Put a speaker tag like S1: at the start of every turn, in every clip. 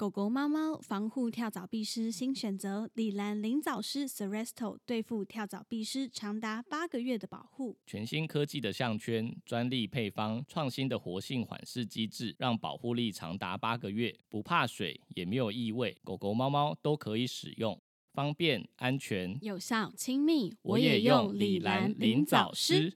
S1: 狗狗、猫猫防护跳蚤必施新选择——李兰灵藻师 Seresto 对付跳蚤必施长达八个月的保护。
S2: 全新科技的项圈、专利配方、创新的活性缓释机制，让保护力长达八个月，不怕水，也没有异味，狗狗、猫猫都可以使用，方便、安全。
S1: 有效、亲密，
S2: 我也用李兰林藻师。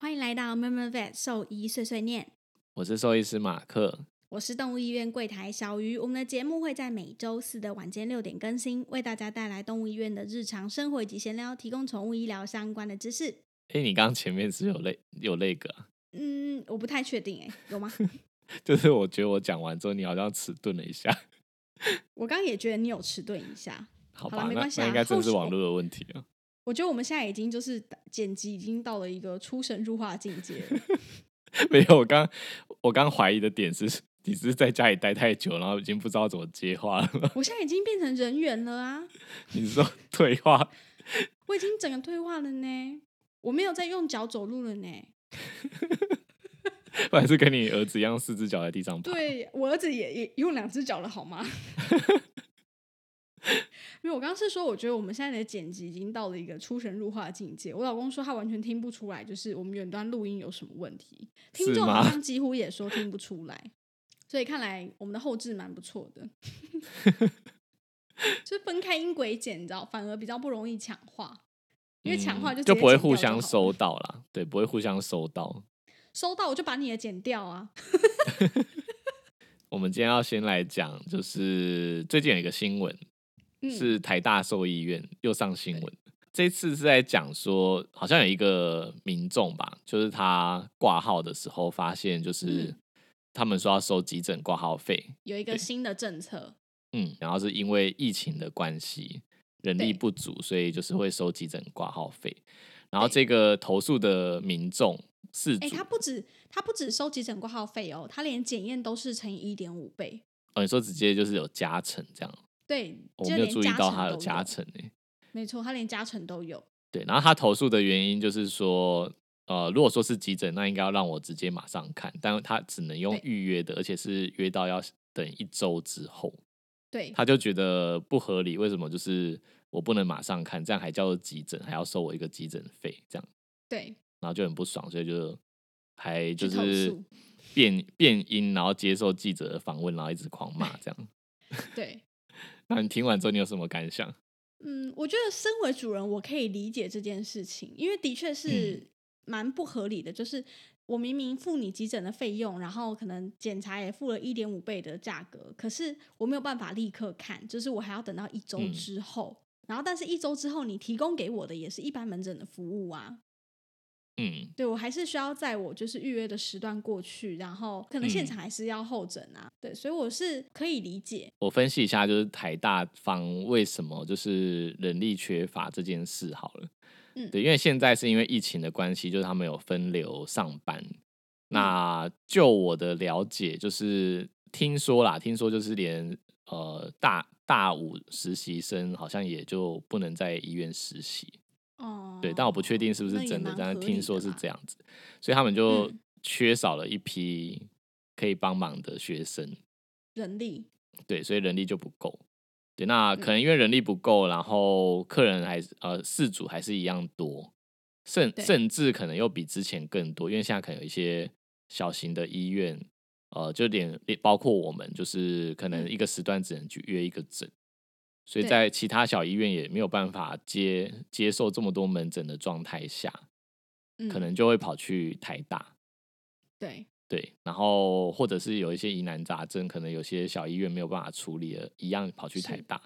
S1: 欢迎来到 m e m e Vet 兽医碎碎念，
S3: 我是兽医师马克。
S1: 我是动物医院柜台小鱼。我们的节目会在每周四的晚间六点更新，为大家带来动物医院的日常生活以及闲聊，提供宠物医疗相关的知识。
S3: 哎、你刚刚前面是有那有那个啊、
S1: 嗯，我不太确定哎、有吗？
S3: 就是我觉得我讲完之后，你好像迟钝了 一下。
S1: 我刚刚也觉得你有迟钝一下。
S3: 好
S1: 好
S3: 吧，
S1: 啦没
S3: 那
S1: 关系啊
S3: 那应该真
S1: 后
S3: 是
S1: 续
S3: 网络的问题啊了。
S1: 我觉得我们现在已经就是剪辑已经到了一个出神入化的境界了。
S3: 没有，我刚我刚怀疑的点是， 你是在家里待太久，然后已经不知道怎么接话了吗？
S1: 我现在已经变成人猿了啊！
S3: 你是说退化？
S1: 我已经整个退化了呢，我没有在用脚走路了呢。
S3: 不然是跟你儿子一样，四只脚在地上爬？
S1: 对我儿子也也用两只脚了，好吗？ 因为我刚刚是说，我觉得我们现在的剪辑已经到了一个出神入化的境界。我老公说他完全听不出来，就是我们远端录音有什么问题。听
S3: 是
S1: 众好
S3: 吗
S1: 像几乎也说听不出来，所以看来我们的后置蛮不错 的，就是分开音轨剪，你知道，反而比较不容易抢话，因为抢话
S3: 嗯
S1: 就直
S3: 就
S1: 接
S3: 不会
S1: 剪掉
S3: 互
S1: 就
S3: 相
S1: 好
S3: 收
S1: 了
S3: 到啦，对，不会互相收到。
S1: 收到我就把你的剪掉啊。
S3: 我们今天要先来讲，就是最近有一个新闻，
S1: 嗯，
S3: 是台大兽医院又上新闻。这次是在讲说，好像有一个民众吧，就是他挂号的时候发现，就是
S1: 嗯
S3: 他们说要收急诊挂号费，
S1: 有一个新的政策，
S3: 嗯，然后是因为疫情的关系，人力
S1: 对
S3: 不足，所以就是会收急诊挂号费。然后
S1: 对
S3: 这个投诉的民众事
S1: 哎、
S3: 主，
S1: 他不止他不止收急诊挂号费哦，他连检验都是乘以一点五倍，
S3: 哦，你说直接就是有加成这样，
S1: 对，
S3: 我
S1: 就
S3: 没有
S1: 连
S3: 注意
S1: 加
S3: 到
S1: 成
S3: 他有
S1: 都
S3: 加成诶、
S1: 没错，他连加成都有，
S3: 对，然后他投诉的原因就是说，呃，如果说是急诊，那应该要让我直接马上看，但他只能用
S1: 对
S3: 预约的，而且是约到要等一周之后，
S1: 对，
S3: 他就觉得不合理，为什么就是我不能马上看，这样还叫做急诊，还要收我一个急诊费，这样，
S1: 对，
S3: 然后就很不爽，所以就还就
S1: 去投
S3: 是
S1: 诉
S3: 变变音，然后接受记者的访问，然后一直狂骂这样。
S1: 对，
S3: 那你听完之后，你有什么感想？
S1: 嗯，我觉得身为主人，我可以理解这件事情，因为的
S3: 嗯
S1: 确是蛮不合理的，就是我明明付你急诊的费用，然后可能检查也付了一点五倍的价格，可是我没有办法立刻看，就是我还要等到一周
S3: 嗯
S1: 之后。然后，但是一周之后，你提供给我的也是一般门诊的服务啊，
S3: 嗯，
S1: 对我还是需要在我就是预约的时段过去，然后可能现
S3: 嗯
S1: 场还是要候诊啊。对，所以我是可以理解。
S3: 我分析一下，就是台大方为什么就是人力缺乏这件事好了。
S1: 嗯
S3: 对，因为现在是因为疫情的关系，就是他们有分流上班。
S1: 嗯
S3: 那就我的了解，就是听说啦，听说就是连呃大大五实习生好像也就不能在医院实习。
S1: 哦，
S3: 对，但我不确定是不
S1: 那
S3: 是
S1: 也
S3: 真的
S1: 蛮，
S3: 但是
S1: 合理
S3: 听
S1: 的
S3: 说是
S1: 啦
S3: 这样子，所以他们就
S1: 嗯
S3: 缺少了一批可以帮忙的学生。
S1: 人力，
S3: 对，所以人力就不够。对，那可能
S1: 嗯
S3: 因为人力不够，然后客人还是呃事主还是一样多，甚
S1: 对
S3: 甚至可能又比之前更多，因为现在可能有一些小型的医院，呃，就连连包括我们，就是可能
S1: 嗯
S3: 一个时段只能去约一个诊，所以
S1: 对
S3: 在其他小医院也没有办法接接受这么多门诊的状态下，
S1: 嗯，
S3: 可能就会跑去台大。
S1: 对
S3: 对，然后或者是有一些疑难杂症，可能有些小医院没有办法处理了，一样跑去台
S1: 是
S3: 大，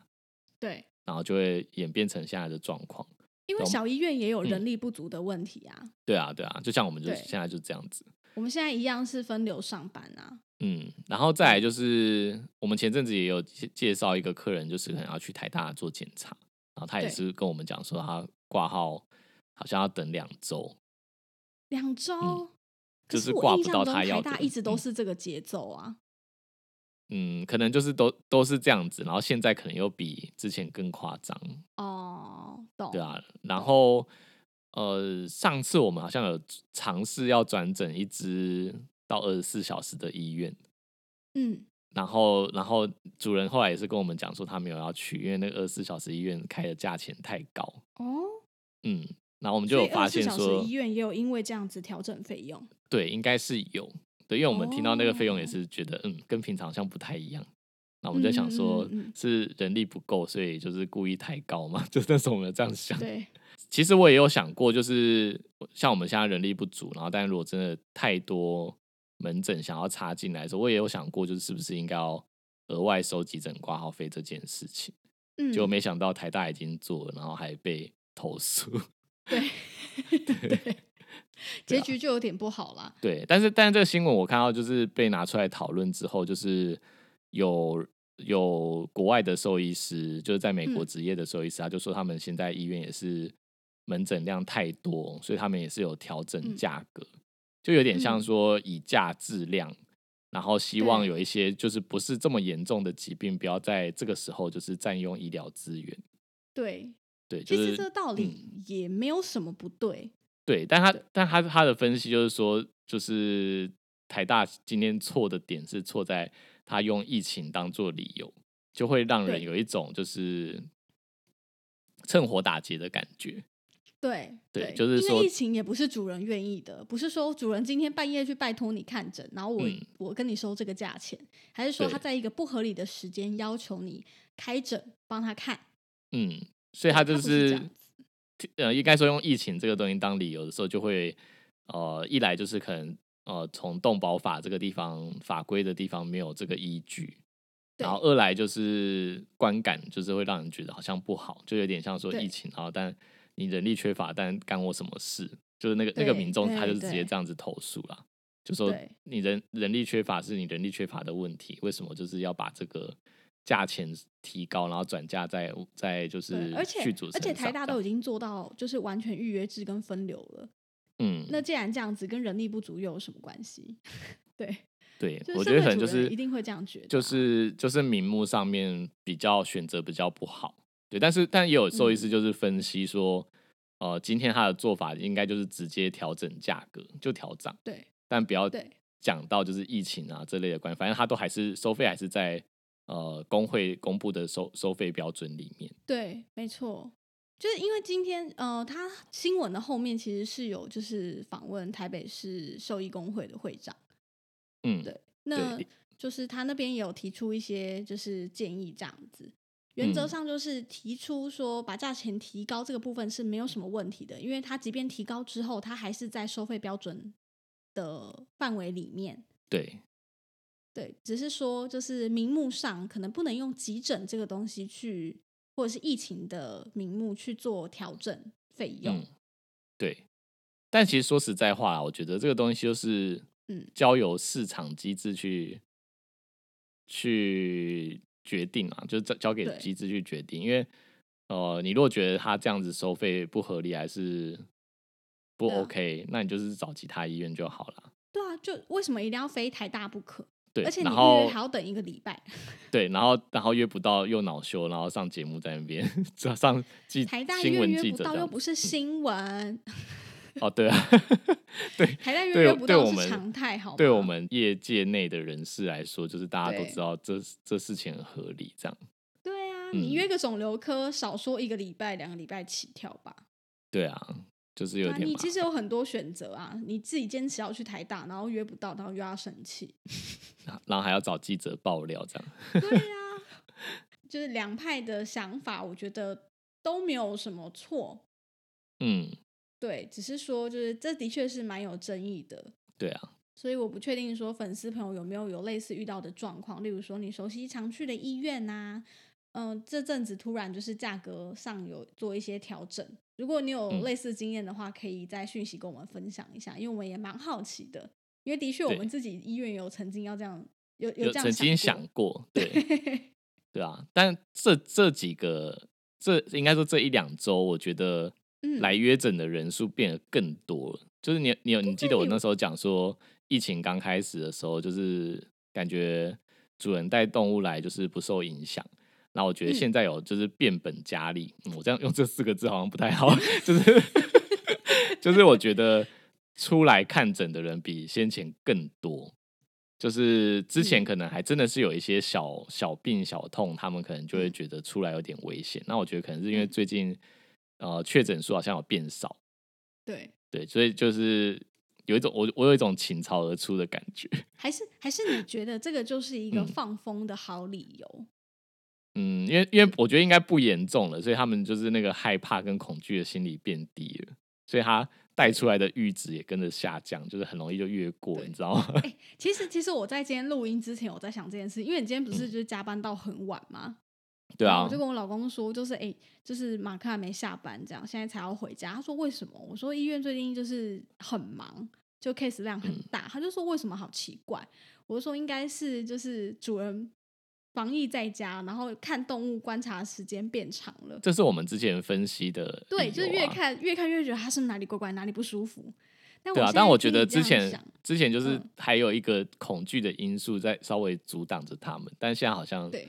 S1: 对，
S3: 然后就会演变成现在的状况。
S1: 因为
S3: 懂
S1: 小医院也有
S3: 嗯
S1: 人力不足的问题啊。
S3: 对啊，对啊，就像我们就
S1: 对
S3: 现在就这样子，
S1: 我们现在一样是分流上班啊。
S3: 嗯，然后再来就是我们前阵子也有介介绍一个客人，就是可能要去台大做检查，然后他也
S1: 对
S3: 是跟我们讲说他挂号好像要等两周，
S1: 两周、
S3: 嗯
S1: 可
S3: 就是
S1: 我
S3: 挂
S1: 印
S3: 不
S1: 象
S3: 到
S1: 中
S3: 他要
S1: 台大
S3: 的
S1: 一直都
S3: 嗯
S1: 是这个节奏啊。
S3: 嗯，可能就是都都是这样子，然后现在可能又比之前更夸张，
S1: 哦，懂，
S3: 对啊。然后呃，上次我们好像有尝试要转诊一只到二十四小时的医院，
S1: 嗯，
S3: 然后然后主人后来也是跟我们讲说他没有要去，因为那个二十四小时医院开的价钱太高，
S1: 哦，
S3: 嗯。然后我们就
S1: 所
S3: 有
S1: 以
S3: 发
S1: 二十
S3: 现
S1: 四小
S3: 说
S1: 时医，院也有因为这样子调整费用，
S3: 对，应该是有。对，因为我们听到那个费用也
S1: 哦
S3: 是觉得，嗯，跟平常好像不太一样。那我们就想说
S1: 嗯嗯嗯嗯，
S3: 是人力不够，所以就是故意抬高嘛， 就那时候我们有这样想。
S1: 对，
S3: 其实我也有想过，就是像我们现在人力不足，然后但如果真的太多门诊想要插进来的时候，我也有想过，就是是不是应该要额外收急诊挂号费这件事情。
S1: 嗯，
S3: 结果没想到台大已经做了，然后还被投诉。啊
S1: 结局就有点不好啦。
S3: 对，但是但是这个新闻我看到就是被拿出来讨论之后，就是有有国外的兽医师，就是在美国
S1: 嗯
S3: 职业的兽医师，他就说他们现在医院也是门诊量太多，所以他们也是有调整
S1: 嗯
S3: 价格，就有点像
S1: 嗯
S3: 说以价质量。然后希望
S1: 对
S3: 有一些就是不是这么严重的疾病，不要在这个时候就是占用医疗资源。
S1: 对，
S3: 对，就
S1: 其
S3: 是
S1: 实这个道理
S3: 嗯
S1: 也没有什么不对，
S3: 对，但他但他他的分析就是说，就是台大今天错的点是错在他用疫情当做理由，就会让人
S1: 对
S3: 有一种就是趁火打劫的感觉。
S1: 对
S3: 对就是
S1: 因
S3: 说
S1: 为疫情也不是主人愿意的，不是说主人今天半夜去拜托你看诊，然后我、
S3: 嗯
S1: 我跟你收这个价钱，还是说
S3: 对
S1: 他在一个不合理的时间要求你开诊帮他看，
S3: 嗯，所以他
S1: 对
S3: 就
S1: 他不是这样
S3: 呃，应该说用疫情这个东西当理由的时候，就会呃，一来就是可能呃，从动保法这个地方法规的地方没有这个依据，
S1: 对
S3: 然后二来就是观感，就是会让人觉得好像不好，就有点像说
S1: 对
S3: 疫情，然后但你人力缺乏，但干我什么事？就是那个那个
S1: 对
S3: 民众他就
S1: 对
S3: 直接
S1: 对
S3: 这样子投诉啦，就说
S1: 对
S3: 你人人力缺乏是你人力缺乏的问题，为什么就是要把这个价钱提高，然后转嫁在在就是
S1: 对，而且
S3: 剧组
S1: 而且
S3: 身
S1: 台
S3: 上
S1: 大都
S3: 这样
S1: 已经做到就是完全预约制跟分流了，
S3: 嗯，
S1: 那既然这样子跟人力不足又有什么关系？ 对，
S3: 对
S1: 就，是
S3: 我
S1: 社
S3: 觉得
S1: 会
S3: 可能
S1: 主
S3: 就
S1: 人
S3: 是
S1: 一定会这样觉得
S3: 就
S1: 啊
S3: 是就是名目上面比较选择比较不好，对，但是但也有兽医
S1: 嗯
S3: 师就是分析说，呃，今天他的做法应该就是直接调整价格，就调涨，
S1: 对
S3: 但不要
S1: 对
S3: 讲到就是疫情啊这类的关系，反正他都还是收费还是在呃工会公布的收收费标准里面，
S1: 对，没错，就是因为今天呃，他新闻的后面其实是有就是访问台北市兽医工会的会长，
S3: 嗯，
S1: 对那
S3: 对
S1: 就是他那边也有提出一些就是建议这样子。原则
S3: 嗯
S1: 上就是提出说，把价钱提高这个部分是没有什么问题的，因为它即便提高之后，它还是在收费标准的范围里面。
S3: 对，
S1: 对，只是说就是名目上可能不能用急诊这个东西去，或者是疫情的名目去做调整费用。
S3: 嗯，对。但其实说实在话啦，啊我觉得这个东西就是，
S1: 嗯
S3: 交由市场机制去、去决定啊，就是交交给
S1: 对
S3: 机制去决定。因为呃，你如果觉得他这样子收费不合理，还是不
S1: 对啊
S3: OK，、那你就是找其他医院就好了。
S1: 对啊，就为什么一定要非台大不可？
S3: 对，
S1: 而且你
S3: 然
S1: 预
S3: 后
S1: 约还要等一个礼拜。
S3: 对，然后然后约不到又恼羞，然后上节目在那边 上记
S1: 台大
S3: 新
S1: 约
S3: 闻
S1: 约
S3: 记
S1: 不
S3: 者
S1: 到，
S3: 这
S1: 又
S3: 样
S1: 不
S3: 子嗯
S1: 是新闻，
S3: 哦，对 啊，对，
S1: 台大约
S3: 对
S1: 约
S3: 我
S1: 不
S3: 对
S1: 到
S3: 我
S1: 是
S3: 们
S1: 常态，好吗？
S3: 对我们业界内的人士来说，就是大家都
S1: 对
S3: 知道这这事情很合理，这样
S1: 对啊，
S3: 嗯
S1: 你约个肿瘤科，少说一个礼拜、两个礼拜起跳吧。
S3: 对啊，就是有
S1: 对啊，
S3: 点
S1: 你
S3: 麻
S1: 其
S3: 烦。
S1: 实有很多选择啊，你自己坚持要去台大，然后约不到，然后又要生气。
S3: 然后还要找记者爆料，这样
S1: 对啊， 就是两派的想法，我觉得都没有什么错。
S3: 嗯，
S1: 对，只是说就是这的确是蛮有争议的，
S3: 对啊，
S1: 所以我不确定说粉丝朋友有没有有类似遇到的状况，例如说你熟悉常去的医院呐、嗯、这阵子突然就是价格上有做一些调整。如果你有
S3: 嗯
S1: 类似经验的话，可以在讯息跟我们分享一下，因为我们也蛮好奇的。因为的确我
S3: 对
S1: 们自己医院有曾经要这样，有有这
S3: 有
S1: 样
S3: 曾经
S1: 想过
S3: 想 过，对对啊，但这这几个这应该说这一两周，我觉得
S1: 嗯
S3: 来约诊的人数变得更多了。就是你你有你记得我那时候讲说，疫情刚开始的时候，就是感觉主人带动物来就是不受影响。那我觉得
S1: 嗯
S3: 现在有就是变本加厉，嗯我这样用这四个字好像不太好，就是 就是我觉得出来看诊的人比先前更多，就是之前
S1: 嗯
S3: 可能还真的是有一些小小病小痛，他们可能就会觉得出来有点危险。那我觉得可能是因为
S1: 嗯
S3: 最近呃确诊数好像有变少，
S1: 对，
S3: 对，所以就是有一种我我有一种倾巢而出的感觉。
S1: 还是还是你觉得这个就是一个
S3: 嗯
S1: 放风的好理由？
S3: 嗯，因为因为我觉得应该不严重了，所以他们就是那个害怕跟恐惧的心理变低了，所以他带出来的阈值也跟着下降，就是很容易就越过，
S1: 对
S3: 你知道吗？
S1: 其实其实我在今天录音之前，我在想这件事，因为你今天不是就是加班到很晚吗？
S3: 嗯对
S1: 然后
S3: 啊
S1: 我就，跟我老公说，就是哎、就是马克还没下班，这样现在才要回家。他说为什么？我说医院最近就是很忙，就 case 量
S3: 嗯
S1: 很大。他就说为什么？好奇怪。我就说应该是就是主人防疫在家，然后看动物观察时间变长了。
S3: 这是我们之前分析的理由啊、
S1: 对，就是越看越看越觉得他是不是哪里怪怪，哪里不舒服。但我
S3: 对啊
S1: 现，在
S3: 但我
S1: 听你
S3: 觉得
S1: 这
S3: 之
S1: 样
S3: 前
S1: 想
S3: 之前就是
S1: 嗯
S3: 还有一个恐惧的因素在稍微阻挡着他们，但现在好像
S1: 对，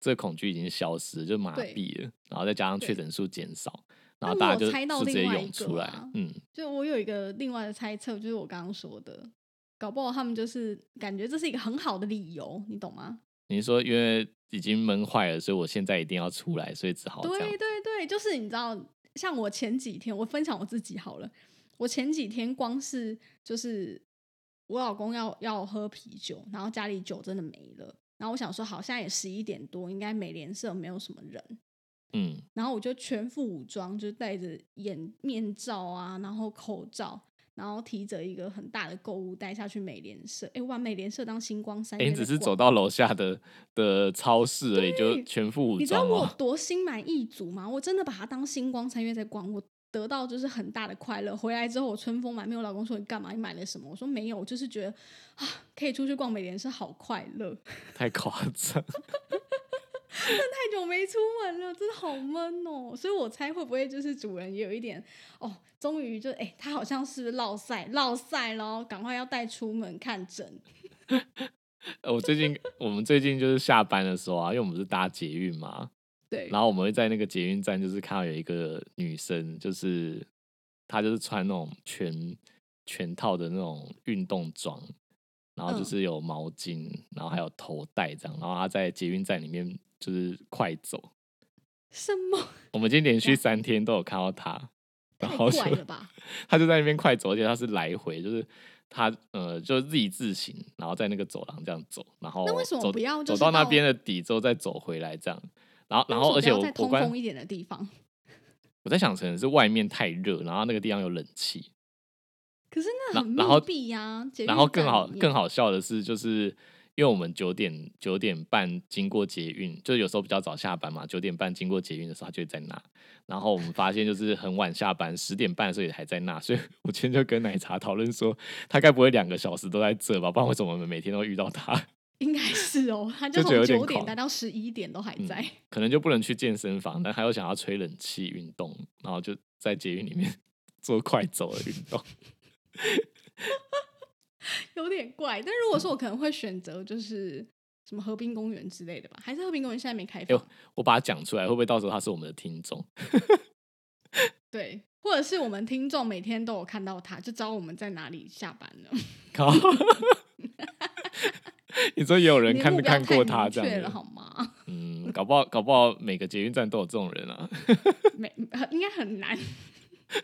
S3: 这恐惧已经消失了，就麻
S1: 对
S3: 痹了，然后再加上
S1: 对
S3: 确诊数减少，
S1: 但
S3: 然后
S1: 我
S3: 大家
S1: 有
S3: 就
S1: 猜到
S3: 就直接
S1: 另外一
S3: 涌
S1: 个
S3: 出来，
S1: 啊
S3: 嗯，
S1: 就我有一个另外的猜测，就是我刚刚说的，搞不好他们就是感觉这是一个很好的理由，你懂吗？
S3: 你说因为已经闷坏了，所以我现在一定要出来，所以只哦好这样
S1: 对。对对，就是你知道，像我前几天，我分享我自己好了。我前几天光是就是我老公要要喝啤酒，然后家里酒真的没了，然后我想说好，现在也十一点多，应该美联社没有什么人，
S3: 嗯，
S1: 然后我就全副武装，就戴着眼面罩啊，然后口罩，然后提着一个很大的购物袋下去美联社。哎，玩美联社当星光三
S3: 哎、
S1: 月
S3: 你只
S1: 在
S3: 是
S1: 逛
S3: 走到楼下的的超市而已，就
S1: 对
S3: 全副武
S1: 你知道
S3: 装
S1: 我有
S3: 哦。
S1: 多心满意足吗？我真的把它当星光三月在逛，我得到就是很大的快乐。回来之后我春风满面，我老公说你干嘛？你买了什么？我说没有，我就是觉得啊，可以出去逛美联社，好快乐。
S3: 太夸张，
S1: 太久没出门了，真的好闷哦。所以我猜会不会就是主人也有一点哦，终于就哎、他好像是落晒落晒咯，赶快要带出门看诊。
S3: 呃我最近我们最近就是下班的时候啊，因为我们是搭捷运嘛，
S1: 对，
S3: 然后我们会在那个捷运站，就是看到有一个女生，就是她就是穿那种全全套的那种运动装，然后就
S1: 嗯
S3: 是有毛巾，然后还有头带这样，然后她在捷运站里面就是快走，
S1: 什么
S3: 我们今天连
S1: 这
S3: 续
S1: 样
S3: 三天都有看到他，然
S1: 太
S3: 后就
S1: 怪了吧？
S3: 他就在那边快走，而且他是来回，就是他呃就是 Z 字形，然后在那个走廊这样走，然后
S1: 那为什么
S3: 走
S1: 不要就
S3: 走
S1: 是
S3: 到那
S1: 到
S3: 边的底之后再走回来这样？然后然后而
S1: 为什
S3: 且
S1: 么
S3: 我
S1: 不要在
S3: 我
S1: 通
S3: 关
S1: 风一点的地方。
S3: 我在想可能是外面太热，然后那个地方有冷气，
S1: 可是那啊
S3: 然
S1: 很密啊
S3: 然后
S1: 闭呀、捷
S3: 然
S1: 运
S3: 后更
S1: 站
S3: 好
S1: 里面
S3: 更好笑的是就是。因为我们九点九点半经过捷运，就是有时候比较早下班嘛，九点半经过捷运的时候，他就会在那。然后我们发现就是很晚下班，十点半的时候也还在那，所以我今天就跟奶茶讨论说，他该不会两个小时都在这吧？不然为什么我们每天都遇到他？
S1: 应该是哦，他
S3: 就
S1: 就
S3: 觉得有
S1: 从
S3: 点
S1: 九点
S3: 狂
S1: 待到十一点都还
S3: 嗯
S1: 在。
S3: 可能就不能去健身房，但他又想要吹冷气运动，然后就在捷运里面 做快走的运动。
S1: 有点怪。但如果说我可能会选择就是什么河滨公园之类的吧，还是河滨公园现在没开
S3: 呦
S1: 放，
S3: 我把它讲出来，会不会到时候他是我们的 听众？
S1: 对，或者是我们听众每天都有看到他，就知道我们在哪里下班了。
S3: 靠！你说也有人
S1: 你的
S3: 看
S1: 目
S3: 没
S1: 标
S3: 看
S1: 太
S3: 过他
S1: 明
S3: 这
S1: 确
S3: 样
S1: 了
S3: 子？
S1: 好吗？
S3: 嗯，搞不好搞不好每个捷运站都有这种人啊。
S1: 没，呃应该很难。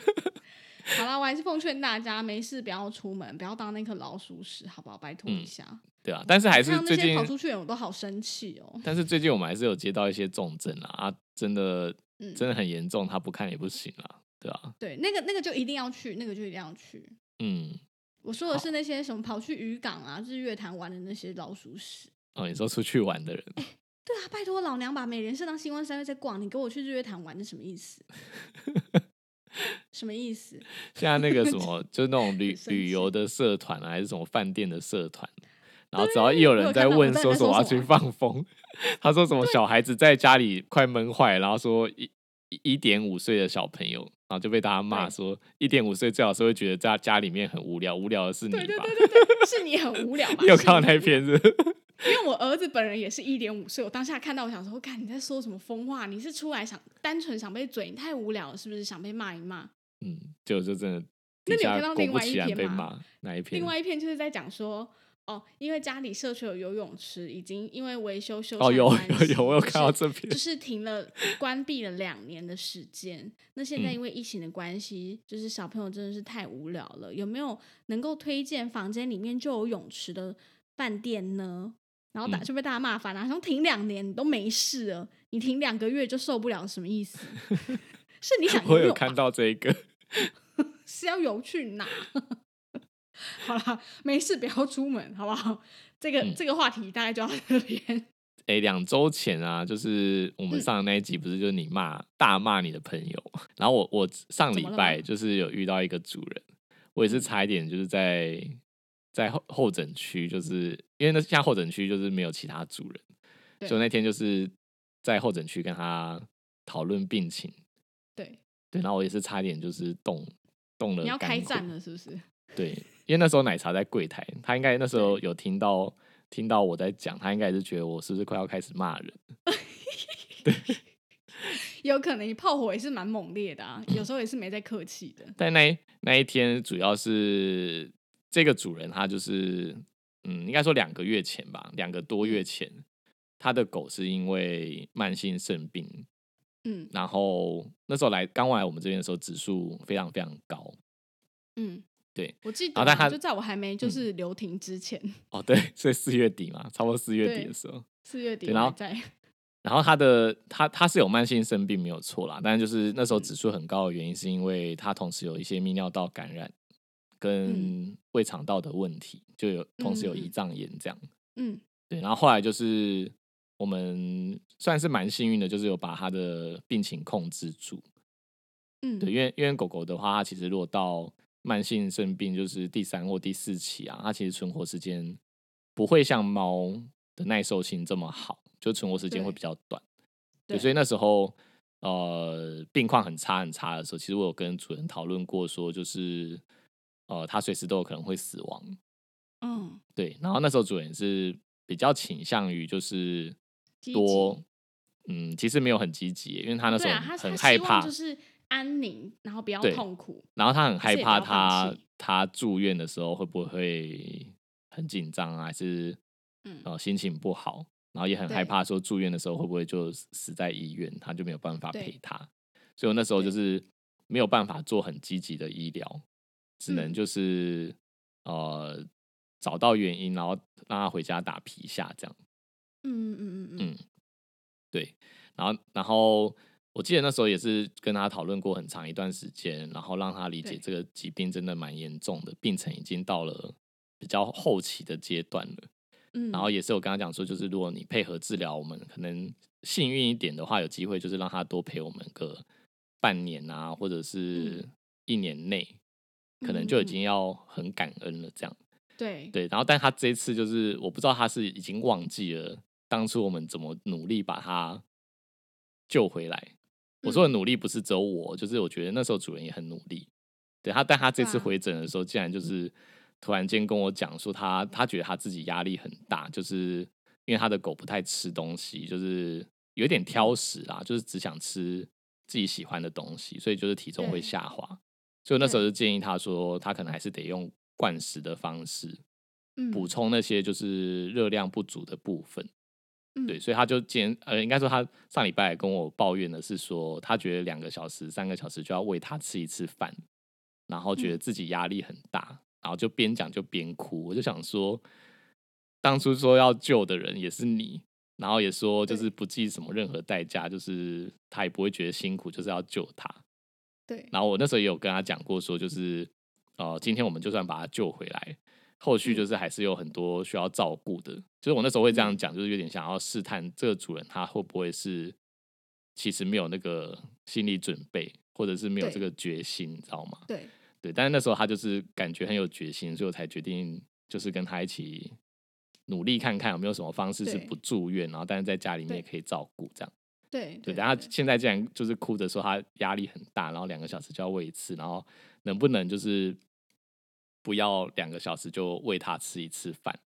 S1: 好啦，我还是奉劝大家，没事不要出门，不要当那颗老鼠屎，好不好？拜托一
S3: 嗯
S1: 下。
S3: 对啊，但是还是
S1: 像那
S3: 最
S1: 些
S3: 近
S1: 跑出去的人，我都好生气哦。
S3: 但是最近我们还是有接到一些重症啦，啊，真的
S1: 嗯，
S3: 真的很严重，他不看也不行啦，对啊，
S1: 对，那个那个就一定要去，那个就一定要去。
S3: 嗯，
S1: 我说的是那些什么跑去渔港啊、日月潭玩的那些老鼠屎。
S3: 哦，你说出去玩的人，
S1: 对啊，拜托老娘把美人社当星光三月在逛，你给我去日月潭玩，这什么意思？ 什么意思？
S3: 现在那个什 么，就是那种旅
S1: 很生
S3: 旅
S1: 气
S3: 游的社团啊，还是什么饭店的社团，然后只要一有
S1: 我
S3: 人
S1: 有
S3: 在
S1: 看到
S3: 问
S1: 我知道
S3: 说
S1: 你在
S3: 什么
S1: 说
S3: 要
S1: 什
S3: 去
S1: 么
S3: 放风，他说什么小孩子在家里快闷坏，然后说一一一点五岁的小朋友然后就被大家骂说，一点五岁最好是会觉得在家里面很无聊，无聊的是你吧？
S1: 是你很无聊 吧？
S3: 你有看到
S1: 是
S3: 那一
S1: 你
S3: 篇是不 是？
S1: 因为我儿子本人也是一点五岁，我当下看到我想说，看你在说什么疯话？你是出来想单纯想被嘴，你太无聊了，是不是想被骂一骂？
S3: 嗯，就就真的
S1: 那你有
S3: 底下
S1: 看到
S3: 果
S1: 另
S3: 不
S1: 外一
S3: 其然
S1: 篇
S3: 被
S1: 吗
S3: 骂，哪一篇？
S1: 另外一篇就是在讲说，哦，因为家里社区有游泳池，已经因为维修修缮
S3: 哦，有
S1: 的关
S3: 有
S1: 系
S3: 有，我有看到
S1: 就是
S3: 这篇
S1: 就。是停了、关闭了两年的时间。那现在
S3: 嗯
S1: 因为疫情的关系，就是小朋友真的是太无聊了。有没有能够推荐房间里面就有泳池的饭店呢？然后打
S3: 嗯
S1: 就被大家骂烦了，好像停两年你都没事了，你停两个月就受不了，什么意思？ 是你想
S3: 我
S1: 游
S3: 有
S1: 泳
S3: 看
S1: 吧
S3: 到这一个，
S1: 是要游去哪？ 好啦，没事，不要出门，好不好？这个、
S3: 嗯
S1: 这个话题大概就到这边。
S3: 诶，两周前啊，就是我
S1: 嗯
S3: 们上的那一集，不是就是你骂、大骂你的朋友，然后我我上
S1: 怎
S3: 礼
S1: 么了
S3: 拜
S1: 吗嗯
S3: 就是有遇到一个主人，我也是差一点就是在在候候诊区，就是因为那像候诊区就是没有其他主人，
S1: 对
S3: 所以那天就是在候诊区跟他讨论病情，
S1: 对，
S3: 对，然后我也是差点就是动动了，
S1: 你要开战
S3: 了，
S1: 了是不是？
S3: 对，因为那时候奶茶在柜台，他应该那时候有听到听到我在讲，他应该也是觉得我是不是快要开始骂人。
S1: 有可能你炮火也是蛮猛烈的啊，有时候也是没在客气的。
S3: 但那一那一天主要是这个主人他就是，嗯，应该说两个月前吧，两个多
S1: 嗯
S3: 月前，他的狗是因为慢性肾病，
S1: 嗯
S3: 然后那时候来刚来我们这边的时候，指数非常非常高。
S1: 嗯，
S3: 对，
S1: 我记得
S3: 好但
S1: 啊
S3: 他嗯
S1: 就在我还没就是留停之前，
S3: 哦，对，所以四月底嘛，差不多四月底
S1: 对
S3: 的时候，
S1: 四月底
S3: 对然后
S1: 还在。
S3: 然后他的他他是有慢性肾病没有错啦，但是就是那时候指
S1: 嗯
S3: 数很高的原因，是因为他同时有一些泌尿道感染跟胃肠道的问题，就有同时有
S1: 嗯嗯嗯
S3: 胰脏炎这样。
S1: 嗯
S3: 对，然后后来就是我们算是蛮幸运的，就是有把他的病情控制住。
S1: 嗯，
S3: 对，因为因为狗狗的话，它其实落到慢性肾病，就是第三或第四期啊，它其实存活时间不会像猫的耐受性这么好，就存活时间会
S1: 对
S3: 比较短。
S1: 对
S3: 所以那时候呃病况很差很差的时候，其实我有跟主人讨论过，说就是呃它随时都有可能会死亡。
S1: 嗯
S3: 对，然后那时候主人是比较倾向于就是
S1: 积
S3: 多
S1: 极，
S3: 嗯，其实没有很积极耶，因为他那时
S1: 对
S3: 候
S1: 啊，他
S3: 很,、
S1: 他
S3: 害
S1: 希望
S3: 怕，
S1: 就是安宁，然后不要
S3: 对
S1: 痛苦。
S3: 然后他很
S1: 还
S3: 害
S1: 是也
S3: 怕
S1: 不要放
S3: 他
S1: 弃
S3: 他住院的时候会不会很紧张啊，还是
S1: 嗯
S3: 呃心情不好，然后也很害
S1: 对
S3: 怕说住院的时候会不会就死在医院，他就没有办法
S1: 对
S3: 陪他，所以我那时候就
S1: 对
S3: 是没有办法做很积极的医疗，只能
S1: 嗯
S3: 就是、呃找到原因，然后让他回家打皮下这样。
S1: 嗯嗯嗯嗯
S3: 嗯然后然后我记得那时候也是跟他讨论过很长一段时间，然后让他理解
S1: 对
S3: 这个疾病真的蛮严重的，病程已经到了比较后期的阶段了。
S1: 嗯，
S3: 然后也是我跟他讲说，就是如果你配合治疗，我们可能幸运一点的话，有机会就是让他多陪我们个半年啊，或者是一年内，可能就
S1: 嗯
S3: 已
S1: 嗯嗯嗯
S3: 经要很感恩了这样。
S1: 对
S3: 对，然后但他这一次就是我不知道他是已经忘记了当初我们怎么努力把他救回来。我
S1: 嗯
S3: 说的努力不是只有我，就是我觉得那时候主人也很努力。对他，但他这次
S1: 对啊
S3: 回诊的时候，竟然就是突然间跟我讲说他，他觉得他自己压力很大，就是因为他的狗不太吃东西，就是有点挑
S1: 嗯
S3: 食啦，就是只想吃自己喜欢的东西，所以就是体重会
S1: 对
S3: 下滑。所以我那时候
S1: 对
S3: 就建议他说，他可能还是得用灌食的方式，
S1: 嗯
S3: 补充那些就是热量不足的部分。
S1: 嗯
S3: 对，所以他就今天呃，应该说他上礼拜跟我抱怨的是说，他觉得两个小时、三个小时就要喂他吃一次饭，然后觉得
S1: 嗯
S3: 自己压力很大，然后就边讲就边哭。我就想说，当初说要救的人也是你，然后也说就是
S1: 对
S3: 不计什么任何代价，就是他也不会觉得辛苦，就是要救他。
S1: 对
S3: 然后我那时候也有跟他讲过说，就是呃，今天我们就算把他救回来，后
S1: 嗯
S3: 续就是还是有很多需要照顾的。就是我那时候会这样
S1: 嗯
S3: 讲，就是有点想要试探这个主人他会不会是其实没有那个心理准备，或者是没有
S1: 对
S3: 这个决心，你知道吗？
S1: 对
S3: 对，但是那时候他就是感觉很有决心，所以我才决定就是跟他一起努力看看有没有什么方式是
S1: 对
S3: 不住院，然后但是在家里面
S1: 对
S3: 也可以照顾这样。
S1: 对
S3: 对，
S1: 对，
S3: 但他现在竟然就是哭着说他压力很大，然后两个小时就要喂一次，然后能不能就是不要两个小时就喂他吃一次饭？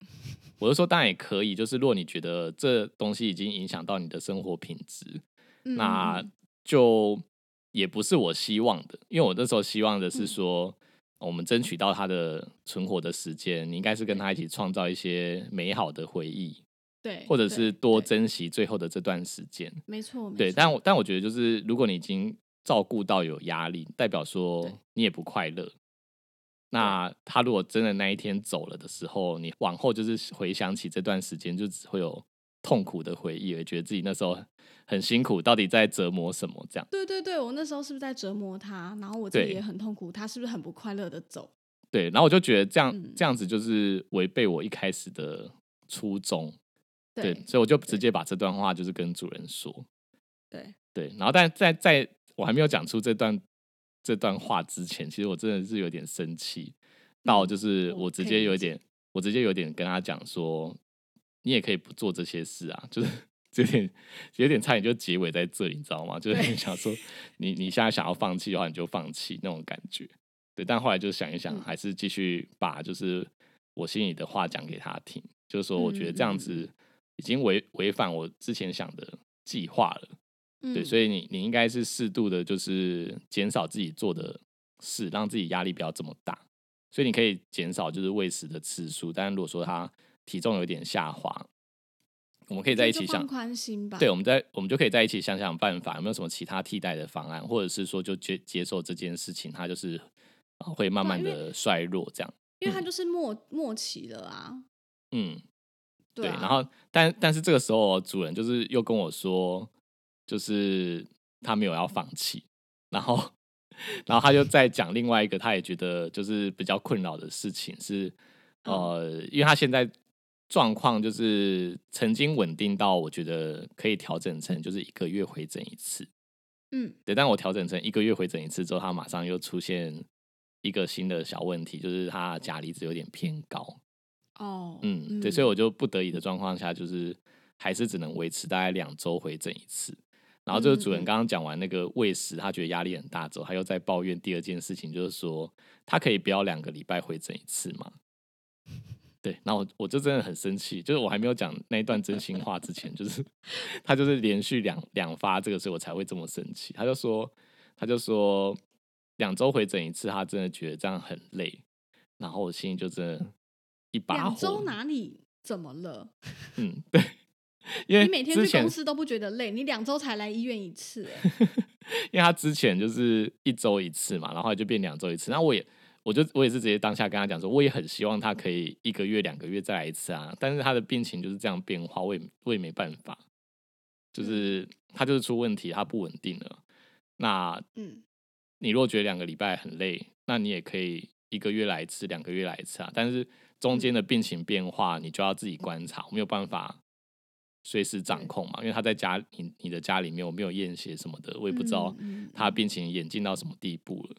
S3: 我就说当然也可以，就是如果你觉得这东西已经影响到你的生活品质，
S1: 嗯
S3: 那
S1: 嗯
S3: 就也不是我希望的，因为我那时候希望
S1: 嗯
S3: 的是说。我们争取到他的存活的时间，你应该是跟他一起创造一些美好的回忆，
S1: 对，
S3: 或者
S1: 对
S3: 是多，
S1: 对
S3: 珍惜最后的这段时间。
S1: 没错，没
S3: 对，
S1: 错
S3: 但我但我觉得就是，如果你已经照顾到有压力，代表说
S1: 对
S3: 你也不快乐。那他如果真的那一天走了的时候，你往后就是回想起这段时间，就只会有痛苦的回忆，而觉得自己那时候很辛苦，到底在折磨什么？这样
S1: 对对对，我那时候是不是在折磨他？然后我自己
S3: 对
S1: 也很痛苦，他是不是很不快乐的走？
S3: 对，然后我就觉得这样、
S1: 嗯
S3: 这样子就是违背我一开始的初衷，对，
S1: 对
S3: 所以我就直接把这段话就是跟主人说，
S1: 对，
S3: 对，然后但在在我还没有讲出这段这段话之前，其实我真的是有点生气，到就
S1: 嗯
S3: 是
S1: 我
S3: 我直
S1: 可以
S3: 接有
S1: 理
S3: 一
S1: 解
S3: 点，我直接有点跟他讲说，你也可以不做这些事啊，就是 有点有点差点就结尾在这里，你知道吗？就是
S1: 对
S3: 很想 说你你现在想要放弃的话，你就放弃那种感觉。对，但后来就想一想，
S1: 嗯
S3: 还是继续把就是我心里的话讲给他听，就是说我觉得
S1: 嗯
S3: 这
S1: 嗯
S3: 样
S1: 嗯
S3: 子已经违违反我之前想的计划了。对，
S1: 嗯
S3: 所以你你应该是适度的，就是减少自己做的事，让自己压力不要这么大。所以你可以减少就是喂食的次数，但是如果说他体重有点下滑，我们可以在一
S1: 就
S3: 起
S1: 放
S3: 想，
S1: 宽心吧。
S3: 对，我们在我们就可以在一起想想办法，有没有什么其他替代的方案，或者是说就接接受这件事情，它就是呃会慢
S1: 对啊
S3: 慢
S1: 因为
S3: 的衰弱这样。
S1: 因为
S3: 嗯
S1: 他就是末末期了啊。
S3: 嗯，对，
S1: 啊，
S3: 然后但但是这个时候哦主人就是又跟我说，就是他没有要放弃，然后 然后他就在讲另外一个他也觉得就是比较困扰的事情是，呃，因为他现在状况就是曾经稳定到我觉得可以调整成就是一个月回诊一次，
S1: 嗯，
S3: 对，但我调整成一个月回诊一次之后，他马上又出现一个新的小问题，就是他钾离子有点偏高，
S1: 哦，
S3: 嗯，对，所以我就不得已的状况下，就是还是只能维持大概两周回诊一次。然后这个
S1: 嗯
S3: 主
S1: 嗯
S3: 人
S1: 嗯
S3: 刚刚讲完那个喂食，他觉得压力很大之后，他又在抱怨第二件事情，就是说他可以不要两个礼拜回诊一次嘛？ 对，然后我我就真的很生气，就是我还没有讲那一段真心话之前，就是 他就是连续两两发这个，所以我才会这么生气。他就说，他就说两周回诊一次，他真的觉得这样很累。然后我心里就真的一把火，
S1: 两周哪里怎么了？
S3: 嗯，对，因为
S1: 你每天
S3: 之
S1: 去
S3: 前
S1: 公，司都不觉得累，你两周才来医院一次、 哎
S3: 因为他之前就是一周一次嘛，然后后来就变两周一次。那我也，我就我也是直接当下跟他讲说，我也很希望他可以一个月、两个月再来一次啊，但是他的病情就是这样变化，我也我也没办法，
S1: 嗯
S3: 就是他就是出问题，他不稳定了。那
S1: 嗯，
S3: 你如果觉得两个礼拜很累，那你也可以一个月来一次，两个月来一次啊。但是中间
S1: 嗯
S3: 的病情变化，你就要自己观察，没有办法随时掌控嘛。因为他在家，你你的家里面，我没有验血什么的，我也不知道
S1: 嗯嗯
S3: 他病情演进到什么地步了。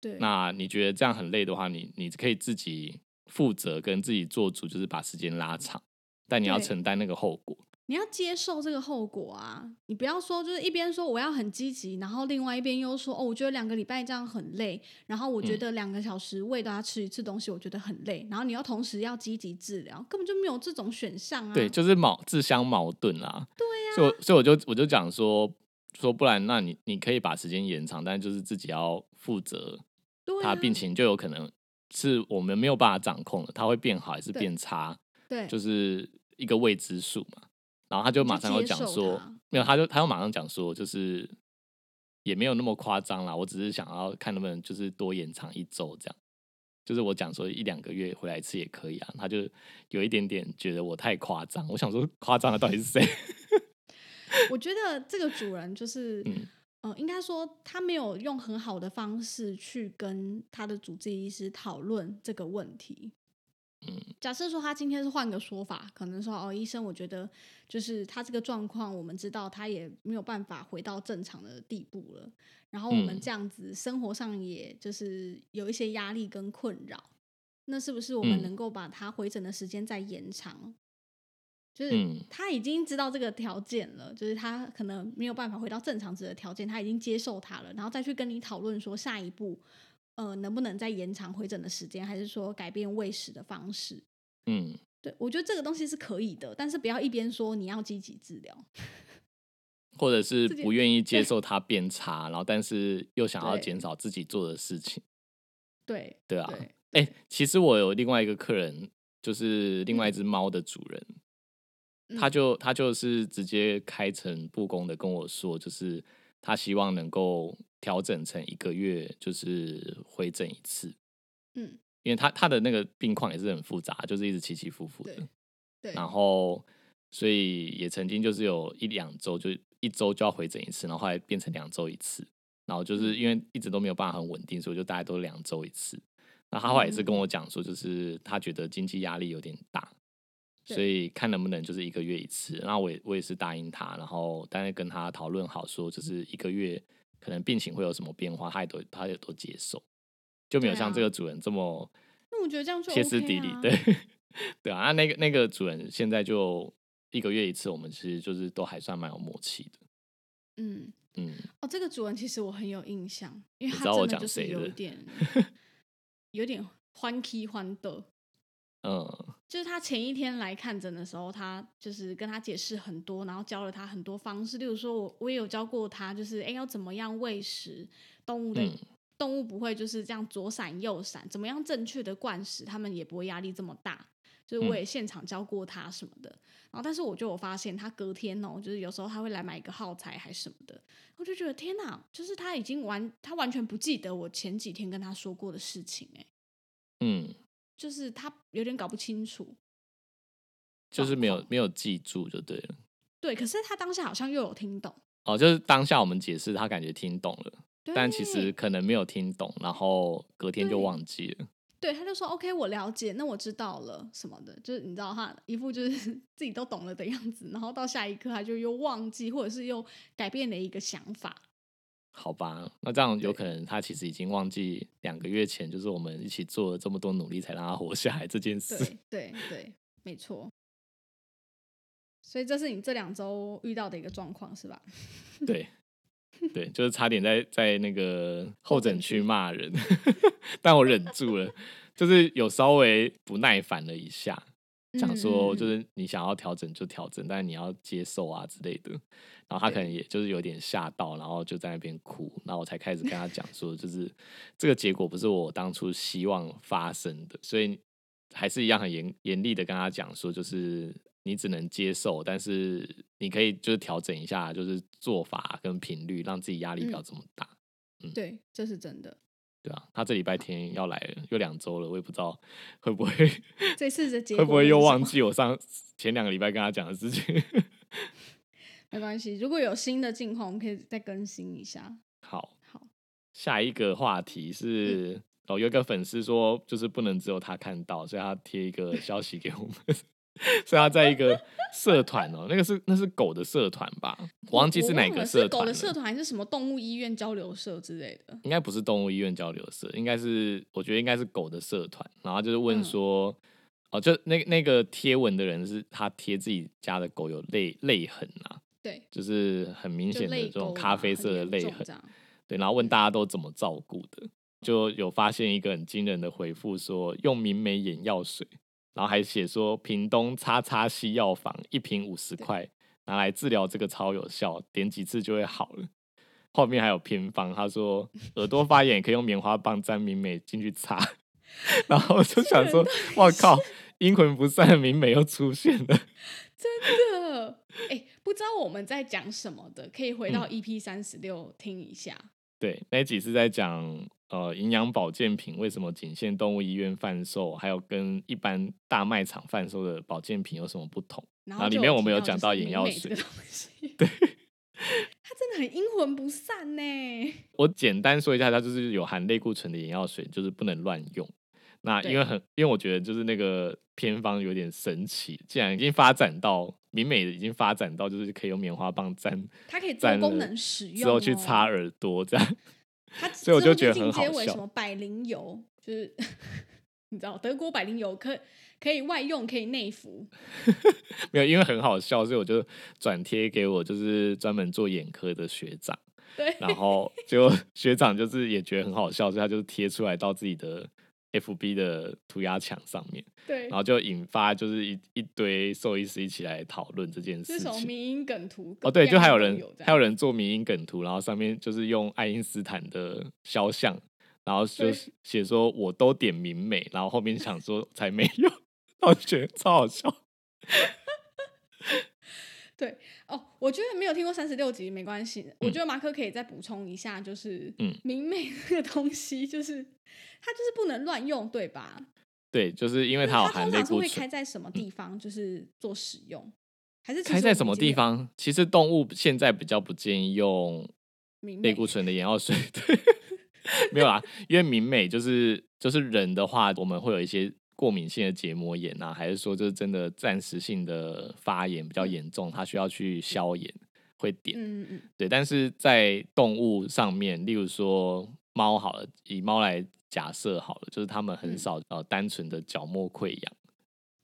S1: 对，
S3: 那你觉得这样很累的话，你你可以自己负责跟自己做主，就是把时间拉长，但你要
S1: 对
S3: 承担那个后果。
S1: 你要接受这个后果啊！你不要说就是一边说我要很积极，然后另外一边又说哦，我觉得两个礼拜这样很累，然后我觉
S3: 嗯
S1: 得两个小时喂到他吃一次东西，我觉得很累，然后你要同时要积极治疗，根本就没有这种选项啊！
S3: 对，就是矛自相矛盾啦。对呀、所以我所以我就我就讲说说，不然那你你可以把时间延长，但就是自己要负责，
S1: 对啊
S3: 他病情就有可能是我们没有办法掌控的，他会变好还是
S1: 对
S3: 变差，
S1: 对，
S3: 就是一个未知数嘛。然后他就马上又讲
S1: 你就接受
S3: 说
S1: 它，
S3: 没有，他就他又马上讲说，就是也没有那么夸张啦，我只是想要看能不能就是多延长一周这样。就是我讲说一两个月回来一次也可以啊，他就有一点点觉得我太夸张。我想说夸张的到底 是谁？
S1: 我觉得这个主人就是，
S3: 嗯
S1: 呃，应该说他没有用很好的方式去跟他的主治医师讨论这个问题。
S3: 嗯，
S1: 假设说他今天是换个说法，可能说哦，医生，我觉得就是他这个状况，我们知道他也没有办法回到正常的地步了。然后我们
S3: 嗯
S1: 这样子生活上也就是有一些压力跟困扰，那是不是我们
S3: 嗯
S1: 能够把他回诊的时间再延长？就是
S3: 嗯
S1: 他已经知道这个条件了，就是他可能没有办法回到正常值的条件，他已经接受它了，然后再去跟你讨论说下一步，呃，能不能再延长回诊的时间，还是说改变喂食的方式？
S3: 嗯，
S1: 对我觉得这个东西是可以的，但是不要一边说你要积极治疗，
S3: 或者是
S1: 自己
S3: 不愿意接受它变差，然后但是又想要
S1: 对
S3: 减少自己做的事情，
S1: 对
S3: 对啊。
S1: 对，
S3: 哎、其实我有另外一个客人，就是另外一只猫的主人，他
S1: 嗯
S3: 就他就是直接开诚布公的跟我说，就是他希望能够调整成一个月就是回诊一次，
S1: 嗯，
S3: 因为他他的那个病况也是很复杂，就是一直起起伏伏的
S1: 对，对，
S3: 然后所以也曾经就是有一两周就一周就要回诊一次，然后后来变成两周一次，然
S1: 嗯
S3: 后就是因为一直都没有办法很稳定，所以就大概都两周一次。那他后来也是
S1: 嗯
S3: 跟我讲说，就是他觉得经济压力有点大，
S1: 对
S3: 所以看能不能就是一个月一次。那我也我也是答应他，然后但是跟他讨论好说，就是一个月可能病情会有什么变化，他也都他也都接受，就没有
S1: 对
S3: 像
S1: 啊
S3: 这个主人这么
S1: 那我觉得这样就
S3: 歇斯
S1: OK
S3: 底里
S1: 啊，
S3: 对对啊。那那个那个主人现在就一个月一次，我们其实就是都还算蛮有默契的。
S1: 嗯，
S3: 嗯，
S1: 哦，这个主人其实我很有印象，因为
S3: 你
S1: 他
S3: 知道我
S1: 真的
S3: 讲
S1: 就是
S3: 谁
S1: 有
S3: 了
S1: 一点有点欢 k 欢的，
S3: 嗯
S1: 就是他前一天来看诊的时候，他就是跟他解释很多，然后教了他很多方式，例如说我我也有教过他，就是哎要怎么样喂食动物的、
S3: 嗯
S1: 动物不会就是这样左闪右闪，怎么样正确的灌食，他们也不会压力这么大。就是我
S3: 嗯
S1: 也现场教过他什么的，然后但是我就有发现他隔天哦，就是有时候他会来买一个耗材还是什么的，我就觉得天哪，就是他已经完他完全不记得我前几天跟他说过的事情哎、
S3: 嗯，
S1: 就是他有点搞不清楚。
S3: 就是没有
S1: 状况
S3: 没有记住就对了。
S1: 对，可是他当下好像又有听懂，
S3: 哦，就是当下我们解释，他感觉听懂了，但其实
S1: 对
S3: 可能没有听懂，然后隔天就
S1: 对
S3: 忘记了。
S1: 对他就说 OK，我了解，那我知道了什么的，就是你知道他一副就是 自己都懂了的样子，然后到下一刻他就又忘记，或者是又改变了一个想法。
S3: 好吧，那这样有
S1: 对
S3: 可能他其实已经忘记两个月前，就是我们一起做了这么多努力才让他活下来这件事。
S1: 对对对，没错。所以这是你这两周遇到的一个状况是吧？
S3: 对，对，就是差点在在那个候诊区骂人， 但我忍住了， 就是有稍微不耐烦了一下，想说就
S1: 嗯嗯嗯
S3: 是你想要调整就调整，但你要接受啊之类的。然后他可能也就是有点吓到，然后就在那边哭，然后我才开始跟 他讲说，就是这个结果不是我当初希望发生的，所以还是一样很严严厉的跟他讲说，就是你只能接受，但是你可以就是调整一下，就是做法跟频率，让自己压力不
S1: 嗯
S3: 要这么大，
S1: 对，这是真的。
S3: 对啊，他这礼拜天要来了，又两周了，我也不知道会不会
S1: 这次的结果
S3: 会不会又
S1: 是什
S3: 忘
S1: 么？
S3: 记我上前两个礼拜跟他讲的事情。
S1: 没关系，如果有新的近况，我们可以再更新一下。
S3: 好，
S1: 好，嗯
S3: 下一个话题是、哦，有一个粉丝说，就是不能只有他看到，所以他贴一个消息给我们， 所以他在一个社团哦，那个是那是狗的社团吧？我忘记
S1: 我
S3: 哪
S1: 忘
S3: 个
S1: 了
S3: 社
S1: 是狗
S3: 团
S1: 的
S3: 了，
S1: 社团还是什么动物医院交流社之类的。
S3: 应该不是动物医院交流社，应该是我觉得应该是狗的社团，然后就是问
S1: 嗯
S3: 说。哦，就那那个贴文的人是他贴自己家的狗有泪泪痕啊，
S1: 对，
S3: 就是很明
S1: 就
S3: 显的
S1: 泪
S3: 这种
S1: 沟
S3: 咖
S1: 啊
S3: 啡
S1: 很
S3: 色的
S1: 严
S3: 泪
S1: 重
S3: 痕
S1: 这，样。
S3: 对，然后问大家都怎么照顾的，就有发现一个很惊人的回复说，用明眉眼药水，然后还写说屏东叉叉西药房一瓶五十块，拿来治疗这个超有效，点几次就会好了。后面还有偏方，他 说耳朵发炎也可以用棉花棒沾明美进去擦， 然后我就想说，我靠，阴魂不散的明美又出现了。
S1: 真的，哎、不知道我们在讲什么的，可以回到
S3: 嗯
S1: EP 三十六听一下。
S3: 对，那一集是在讲呃营养保健品为什么仅限动物医院贩售，还有跟一般大卖场贩售的保健品有什么不同。
S1: 然
S3: 然后
S1: 后
S3: 里
S1: 就
S3: 面我
S1: 提
S3: 们有
S1: 到
S3: 讲
S1: 就是
S3: 到眼
S1: 明
S3: 药
S1: 媚这
S3: 水
S1: 个东 西，对，它真的很阴魂不散呢。
S3: 我简单说一下，它就是有含类固醇的眼药水，就是不能乱用。那因
S1: 对
S3: 为很，因为我觉得就是那个偏方有点神奇，竟然已经发展到明美已经发展到就是可以用棉花棒沾
S1: 它 可以多
S3: 沾
S1: 功
S3: 了
S1: 能使用、哦，
S3: 之后去擦耳朵这样。
S1: 它
S3: 所以我
S1: 之后
S3: 就觉得
S1: 进
S3: 很
S1: 阶
S3: 好
S1: 为
S3: 笑
S1: 什么百灵油，就是 你知道德国百灵油可可以外用，可以内服，
S3: 没有，因为很好笑，所以我就转贴给我就是专门做眼科的学长，
S1: 对，
S3: 然后结果学长就是也觉得很好笑，所以他就是贴出来到自己的 FB 的涂鸦墙上面，
S1: 对
S3: 然，后就引发就是一一堆兽医师一起来讨论这件
S1: 这
S3: 事
S1: 种
S3: 情。
S1: 迷因梗图
S3: 哦，对，就还有
S1: 各
S3: 人
S1: 样都这
S3: 还有
S1: 样
S3: 人做迷因梗图，然后上面就是用爱因斯坦的肖像，然后就
S1: 对
S3: 是写说我都点名美，然后后面 想说才没有，然后我觉得超好笑。
S1: 哦，我觉得没有听过三十六集没关系，我觉得马克可以再补充一下，就是
S3: 嗯
S1: 明媚这个东西，就是 它就是不能乱用，对吧？
S3: 对，就是因为它有
S1: 它
S3: 含
S1: 通
S3: 类
S1: 常是
S3: 固
S1: 会
S3: 醇
S1: 开。在什么地方，就是做使用，还是其
S3: 开
S1: 实
S3: 在
S1: 我
S3: 什
S1: 们
S3: 么
S1: 已经
S3: 地
S1: 有
S3: 方？其实动物现在比较不建议用
S1: 明媚
S3: 类固醇的眼药水， 对，没有啦，因为明美就是就是人的话，我们会有一些过敏性的结膜炎啊，还是说就是真的暂时性的发炎比较严重，它需要去消炎，会点。
S1: 嗯嗯嗯嗯，
S3: 对，但是在动物上面，例如说猫好了，以猫来假设好了，就是它们很
S1: 嗯
S3: 少、呃单纯的角膜溃疡，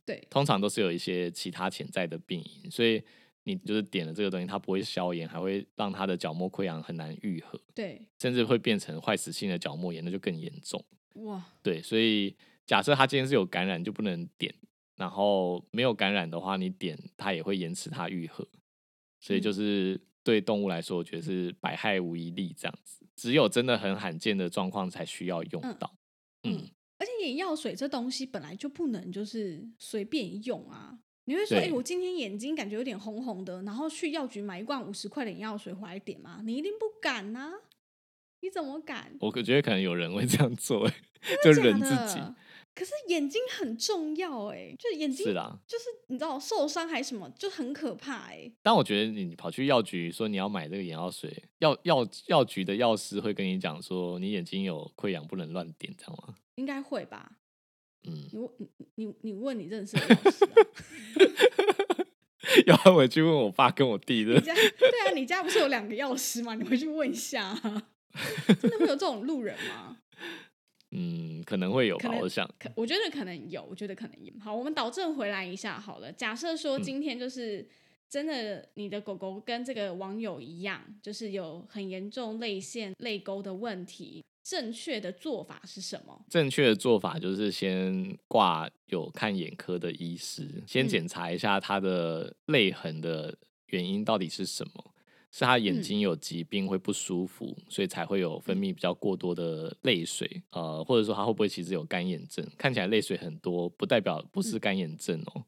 S1: 对
S3: 通常都是有一些其他潜在的病因，所以你就是点了这个东西，它不会消炎，还会让它的角膜溃疡很难愈合，
S1: 对，
S3: 甚至会变成坏死性的角膜炎，那就更严重。
S1: 哇，
S3: 对，所以假设它今天是有感染，就不能点；然后没有感染的话，你点它也会延迟它愈合。所以就
S1: 嗯
S3: 是对动物来说，我觉得是百害无一利这样子。只有真的很罕见的状况才需要用
S1: 嗯
S3: 到。嗯
S1: 嗯，而且眼药水这东西本来就不能就是随便用啊。你会说，哎、
S3: 对
S1: 我今天眼睛感觉有点红红的，然后去药局买一罐五十块的眼药水回来点吗？你一定不敢呐、你怎么敢？
S3: 我可觉得可能有人会这样做、 欸，就
S1: 真的
S3: 忍
S1: 假
S3: 自己。
S1: 的可是眼睛很重要哎、就眼睛
S3: 是啦，
S1: 就是你知道受伤还什么，就很可怕哎、
S3: 但我觉得你跑去药局说你要买这个眼药水，药药药局的药师会跟你讲说你眼睛有溃疡不能乱点，这样吗？
S1: 应该会吧？
S3: 嗯，
S1: 你问你你你问你认识的老师、啊，
S3: 要不然我去问我爸跟我弟的
S1: 你。 家对啊，你家不是有两个药师吗？你回去问一下、啊， 真的会有这种路人吗？
S3: 嗯，可能会有
S1: 可
S3: 吧，
S1: 能
S3: 我想。
S1: 可我觉得可能有，我觉得可能有。好，我们导正回来一下好了。假设说
S3: 嗯
S1: 今天就是真的，你的狗狗跟这个网友一样，就是有很严重泪腺泪沟的问题，正确的做法是什么？
S3: 正确的做法就是先挂有看眼科的医师，先
S1: 嗯
S3: 检查一下他的泪痕的原因到底是什么，是他眼
S1: 嗯
S3: 睛有疾病会不舒服，所以才会有分泌比较过多的泪水，呃，或者说他会不会其实有干眼症？看起来泪水很多，不代表不是干眼症哦。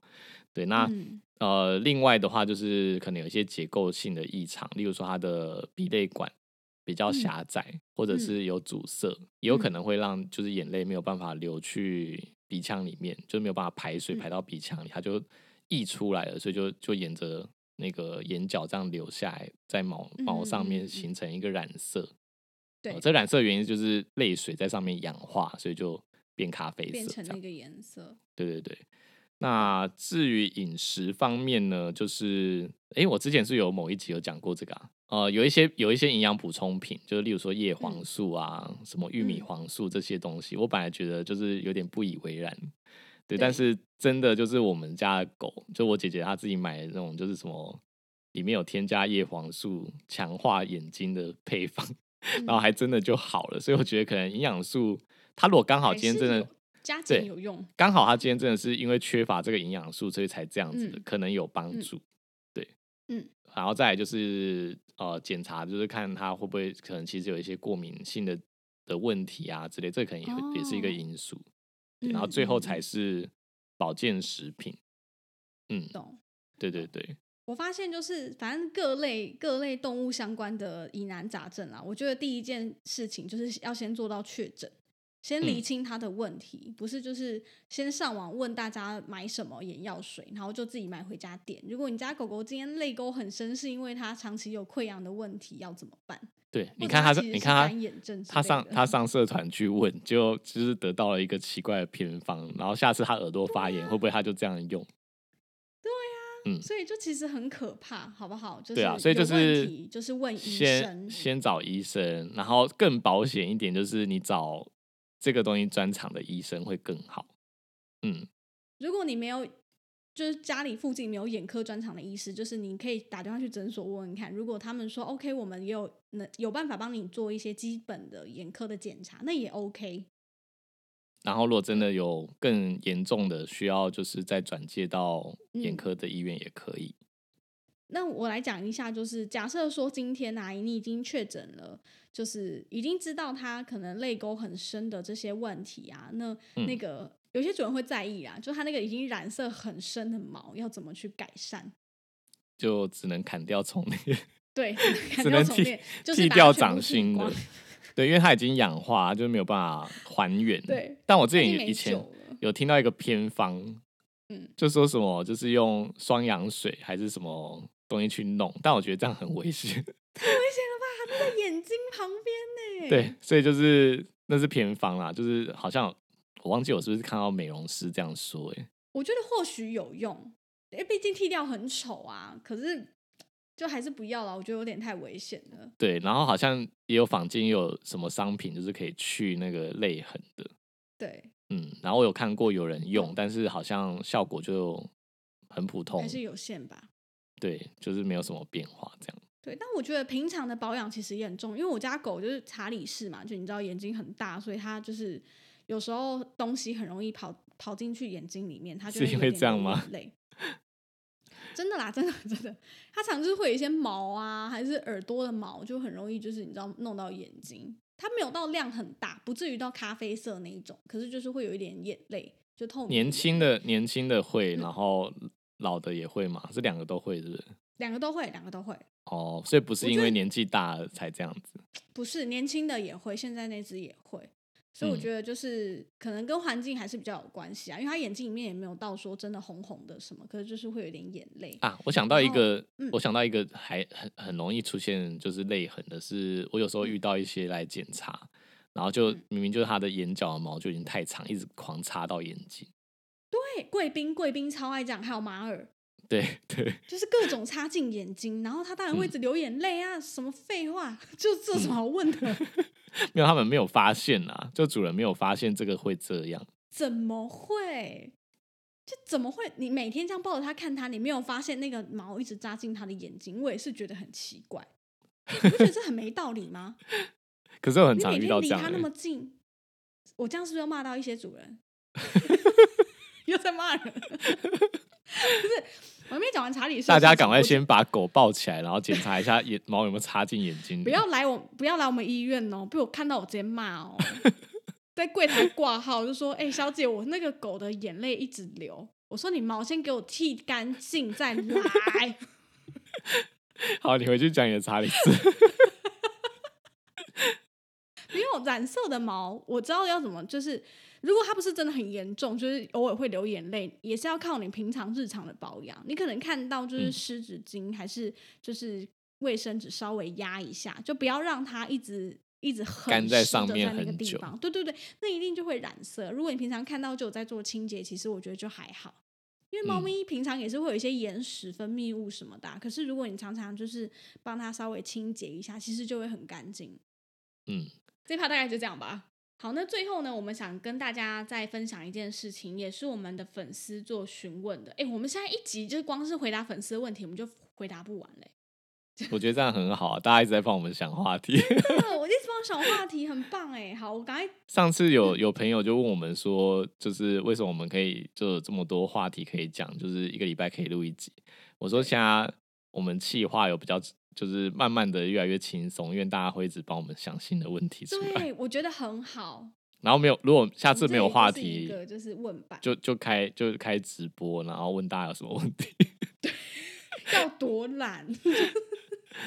S3: 对，那、
S1: 嗯
S3: 呃，另外的话就是可能有一些结构性的异常，例如说它的鼻泪管比较
S1: 嗯
S3: 狭窄，或者
S1: 嗯
S3: 是有阻塞，也有可
S1: 嗯
S3: 能会让就是眼泪没有办法流去鼻腔里面，就没有办法排
S1: 嗯
S3: 水排到鼻腔里，它就溢出来了，所以就就沿着那个眼角这样流下来，在毛毛
S1: 嗯
S3: 上
S1: 嗯嗯
S3: 面
S1: 嗯
S3: 形成一个染色。
S1: 对
S3: 呃这染色原因就是泪水在上面氧化，所以就变咖啡
S1: 变
S3: 色
S1: 成
S3: 这样
S1: 那。个颜色。
S3: 对对对。那至于饮食方面呢，就是诶，我之前是有某一集有讲过这个啊，呃，有一些有一些营养补充品，就是例如说叶黄素啊、什么玉米
S1: 嗯
S3: 黄素这些东西，我本来觉得就是有点不以为然，对，
S1: 对
S3: 但是真的就是我们家的狗，就我姐姐她自己买的那种就是什么里面有添加叶黄素强化眼睛的配方，
S1: 嗯
S3: 然后还真的就好了，所以我觉得可能营养素，它如果刚好
S1: 还
S3: 今天
S1: 是
S3: 真的
S1: 有加减
S3: 对
S1: 有用，
S3: 刚好他今天真的是因为缺乏这个营养素，所以才这样子的，
S1: 嗯
S3: 可能有帮
S1: 嗯
S3: 助。对，
S1: 嗯，
S3: 然后再来就是呃检查，就是看他会不会可能其实有一些过敏性的的问题啊之类，这可能也、也是一个
S1: 哦
S3: 因素。对然后最
S1: 嗯
S3: 后
S1: 嗯
S3: 才
S1: 嗯
S3: 是保健食品。嗯，
S1: 懂。
S3: 对对对，
S1: 我发现就是，反正各类各类动物相关的疑难杂症啦，我觉得第一件事情就是要先做到确诊，先厘
S3: 嗯
S1: 清它的问题，不是就是先上网问大家买什么眼药水，然后就自己买回家点。如果你家狗狗今天泪沟很深，是因为它长期有溃疡的问题，要怎么办？
S3: 对，你
S1: 者
S3: 看
S1: 它
S3: 他是，
S1: 其实
S3: 你
S1: 是
S3: 看
S1: 干眼症
S3: 他，
S1: 之类
S3: 他上
S1: 的
S3: 他上社团去问，就就是得到了一个奇怪的偏方，然后下次他耳朵发炎，会不会他就这样用？
S1: 所以就其实很可怕，好不好？就是
S3: 对啊，所以
S1: 有
S3: 就
S1: 问
S3: 是
S1: 题就是问医
S3: 先
S1: 生，
S3: 先找医生，然后更保险一点就是你找这个东西专长的医生会更好。嗯，
S1: 如果你没有，就是家里附近没有眼科专长的医师，就是你可以打电话去诊所问问看。如果他们说 OK，我们也有能有办法帮你做一些基本的眼科的检查，那也 OK。
S3: 然后如果真的有更严重的需要，就是再转介到眼
S1: 嗯
S3: 科的医院也可以。
S1: 那我来讲一下，就是假设说今天啊，你已经确诊了，就是已经知道他可能泪沟很深的这些问题啊，那
S3: 嗯
S1: 那个、有些主人会在意啊，就他那个已经染色很深的毛要怎么去改善？
S3: 就只能砍掉重练，
S1: 对，只
S3: 只能
S1: 重
S3: 剃
S1: 练，就是
S3: 剃
S1: 把它
S3: 掉
S1: 全部
S3: 掌
S1: 剃
S3: 心的
S1: 光，
S3: 对，因为它已经氧化，就没有办法还原。
S1: 对，
S3: 但我之
S1: 已
S3: 前
S1: 经
S3: 也
S1: 没
S3: 以前
S1: 救了。
S3: 有听到一个偏方，
S1: 嗯，
S3: 就说什么就是用双氧水还是什么东西去弄，但我觉得这样很危险。
S1: 在眼睛旁边呢。
S3: 对，所以就是那是偏方啦，就是好像我忘记我是不是看到美容师这样说、欸，
S1: 我觉得或许有用，因为毕竟剃掉很丑啊。可是就还是不要了，我觉得有点太危险了。
S3: 对，然后好像也有坊间也有什么商品，就是可以去那个泪痕的，
S1: 对，
S3: 嗯，然后我有看过有人用，但是好像效果就很普通
S1: 还，是有限吧。
S3: 对，就是没有什么变化这样。
S1: 对，但我觉得平常的保养其实也很重，因为我家狗就是查理士嘛，就你知道眼睛很大，所以它就是有时候东西很容易跑跑进去眼睛里面，它就会
S3: 是因
S1: 有
S3: 为
S1: 点
S3: 这样
S1: 流
S3: 吗
S1: 眼泪？真的啦，真的 真的，它常就是会有一些毛啊，还是耳朵的毛，就很容易就是你知道弄到眼睛。它没有到量很大，不至于到咖啡色那一种，可是就是会有一点眼泪，就透明的眼
S3: 年轻
S1: 泪
S3: 的年轻的
S1: 嗯
S3: 会，然后老的也会嘛，是两个都会是不是？
S1: 两个都会，两个都会。
S3: 哦，所以不是
S1: 我
S3: 因
S1: 觉
S3: 为
S1: 得
S3: 年纪大了才这样子，
S1: 不是年轻的也会，现在那只也会，所以我
S3: 嗯
S1: 觉得就是、可能跟环境还是比较有关系啊，因为他眼睛里面也没有到说真的红红的什么，可是就是会有点眼泪。
S3: 啊，我想到
S1: 然
S3: 一
S1: 后
S3: 个，
S1: 嗯
S3: 我想到一个还很很容易出现就是泪痕的是，我有时候遇到一些来检查，然后就
S1: 嗯
S3: 明明就是他的眼角的毛就已经太长，一直狂插到眼睛。
S1: 对，贵宾贵宾超爱这样，还有马尔，
S3: 对 对，
S1: 就是各种插进眼睛，然后他当然会一直流眼泪啊，什么废话， 就这有什么好问的？
S3: 没有他们没有发现啦，就主人没有发现这个会这样。
S1: 怎么会？就怎么会？你每天这样抱着它看它，你没有发现那个毛一直扎进它的眼睛？我也是觉得很奇怪，你不觉得这很没道理吗？
S3: 可是我很
S1: 你
S3: 常
S1: 每
S3: 遇
S1: 天
S3: 到这
S1: 离
S3: 样、
S1: 他那
S3: 欸
S1: 么，近，我这样是不是又骂到一些主 人？又在骂人， 不是？我还没讲完查理士的事情，
S3: 大家赶
S1: 我
S3: 快
S1: 就
S3: 先把狗抱起来，然后检查一下眼毛有没有插进眼睛里。
S1: 不要来我不要来我们医院哦，被我看到我直接骂 哦，在柜台挂号就说：“哎、小姐，我那个狗的眼泪一直流。”我说：“你毛先给我剃干净再来。
S3: 好，你回去讲你的查理斯。
S1: 因为我染色的毛，我知道要怎么，就是如果它不是真的很严重，就是偶尔会流眼泪，也是要靠你平常日常的保养。你可能看到就是
S3: 嗯
S1: 湿纸巾，还是就是卫生纸稍微压一下，就不要让它一直。一直很
S3: 干在
S1: 湿
S3: 上
S1: 地
S3: 面
S1: 在那个
S3: 很
S1: 地
S3: 久
S1: 方，对对对，那一定就会染色。如果你平常看到就有在做清洁，其实我觉得就还好。因为猫
S3: 嗯
S1: 咪平常也是会有一些眼屎分泌物什么的啊、可是如果你常常就是帮它稍微清洁一下，其实就会很干净。
S3: 嗯，
S1: 这趴大概就这样吧。好，那最后呢，我们想跟大家再分享一件事情，也是我们的粉丝做询问的。哎，我们现在一集就是光是回答粉丝的问题，我们就回答不完嘞。
S3: 我觉得这样很好啊，大家一直在帮我们想话题。
S1: 真的，我一直帮我想话题，很棒哎。好，我赶快
S3: 上
S1: 嗯
S3: 次有有朋友就问我们说，就是为什么我们可以就有这么多话题可以讲，就是一个礼拜可以录一集。我说现在我们气话有比较，就是慢慢的越来越轻松，因为大家会一直帮我们想新的问题出来。
S1: 对，我觉得很好。
S3: 然后没有，如果 下次没有话
S1: 这也
S3: 题
S1: 就是一，个就是问吧，
S3: 就就开就开直播，然后问大家有什么问题。
S1: 要多懒。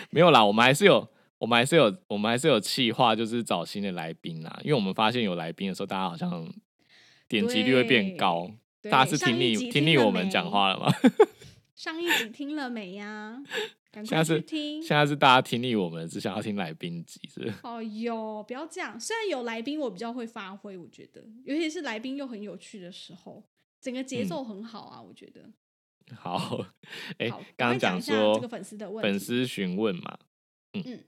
S3: 没有啦，我们还是有，我们还是有，我们还是有气话，就是找新的来宾啦。因为我们发现有来宾的时候，大家好像点击率会变
S1: 对
S3: 高。
S1: 对
S3: 大家是
S1: 上
S3: 听
S1: 一
S3: 腻
S1: 集
S3: 听
S1: 听
S3: 腻
S1: 了
S3: 我们讲
S1: 没
S3: 话了吗？
S1: 上一集听了没呀？赶
S3: 现在
S1: 快
S3: 是
S1: 去听。
S3: 现在是大家听腻我们，只想要听来宾集是不是
S1: 哦哟，不要这样。虽然有来宾，我比较会发挥，我觉得，尤其是来宾又很有趣的时候，整个节
S3: 嗯
S1: 奏很好啊，我觉得。
S3: 好，哎、
S1: 好
S3: 刚
S1: 赶快讲
S3: 刚讲
S1: 一下
S3: 说
S1: 这个粉丝的问
S3: 粉
S1: 题
S3: 丝询问嘛，
S1: 嗯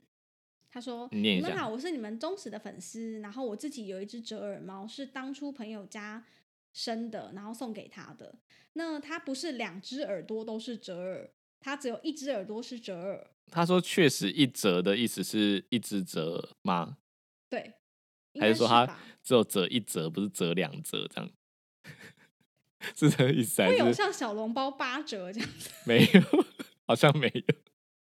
S1: 他说：“
S3: 你念一
S1: 们
S3: 下
S1: 好，我是你们忠实的粉丝，然后我自己有一只折耳猫，是当初朋友家生的，然后送给他的。那他不是两只耳朵都是折耳，他只有一只耳朵是折耳。
S3: 他说确实一折的意思是一只折吗？
S1: 对，应
S3: 还
S1: 该
S3: 是
S1: 是
S3: 说他
S1: 吧
S3: 只有折一折，不是折两折这样？ 是这个意思还
S1: 会有
S3: 是
S1: 像小笼包八折这样子？
S3: 没有？ 好像没有，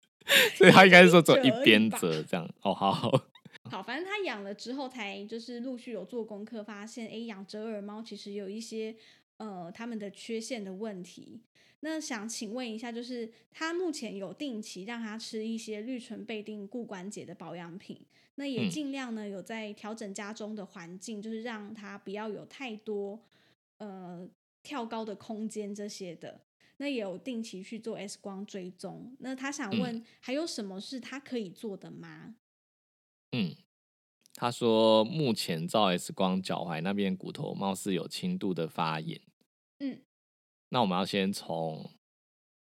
S3: 所以他应该是说走
S1: 一
S3: 一
S1: 折而已
S3: 边
S1: 吧
S3: 折这样。哦，好好，
S1: 好，反正他养了之后，才就是陆续有做功课，发现诶，养折耳猫其实有一些呃它们的缺陷的问题。那想请问一下，就是他目前有定期让它吃一些绿醇贝定固关节的保养品，那也
S3: 嗯
S1: 尽量呢、有在调整家中的环境，就是让它不要有太多呃跳高的空间这些的。那也有定期去做 X 光追踪。那他想
S3: 嗯
S1: 问，还有什么是他可以做的吗？
S3: 嗯，他说目前照 X 光脚踝那边骨头貌似有轻度的发炎。
S1: 嗯，
S3: 那我们要先从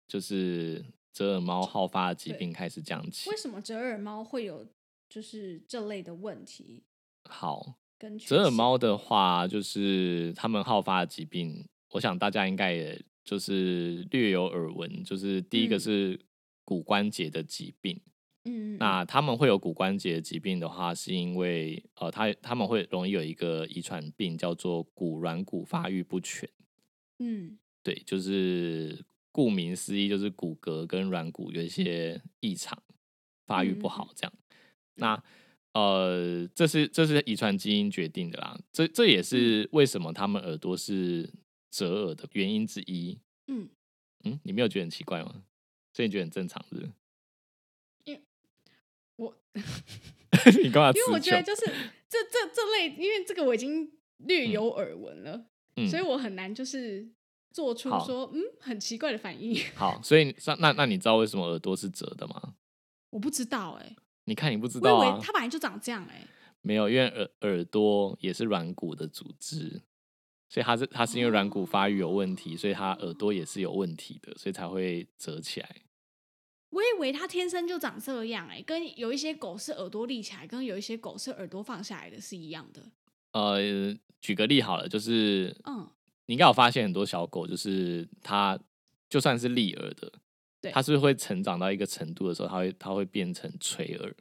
S3: 就是折耳猫好发的疾
S1: 对
S3: 病开始讲起
S1: 为。什么折耳猫会有就是这类的问题
S3: 好，
S1: 跟缺陷
S3: 折耳猫的话，就是它们好发的疾病，我想大家应该也就是略有耳闻。就是第一个
S1: 嗯
S3: 是骨关节的疾病，
S1: 嗯，嗯嗯
S3: 那他们会有骨关节疾病的话，是因为呃，他他们会容易有一个遗传病叫做骨软骨发育不全。
S1: 嗯
S3: 对，就是顾名思义，就是骨骼跟软骨有一些异常，发育
S1: 嗯
S3: 不好这样。那呃，这是这是遗传基因决定的啦，这这
S1: 嗯
S3: 也是为什么他们耳朵是折耳的原因之一。
S1: 嗯，
S3: 嗯，你没有觉得很奇怪吗？所以你觉得很正常是
S1: 我
S3: 不是？你干嘛词
S1: 因为
S3: 穷？
S1: 我觉得 就是这这这类，因为这个我已经略有耳闻了，
S3: 嗯
S1: 所以我很难就是做出
S3: 好
S1: 说嗯很奇怪的反 应。
S3: 好，所以那那那你知道为什么耳朵是折的吗？
S1: 我不知道哎、
S3: 你看你不知
S1: 我
S3: 道
S1: 以
S3: 啊
S1: 为，它本来就长这样哎、
S3: 没有，因为耳耳朵也是软骨的组织，所以它是它是因为软骨发育有问
S1: 哦
S3: 题，所以它耳朵也是有问题的，所以才会折起来。
S1: 我以为它天生就长这样哎、跟有一些狗是耳朵立起来，跟有一些狗是耳朵放下来的是一样的。
S3: 呃，举个例好了，就是
S1: 嗯，
S3: 你应该有发现很多小狗，就是它就算是立耳的，
S1: 对
S3: 它是不是会成长到一个程度的时候，它会它会变成垂耳，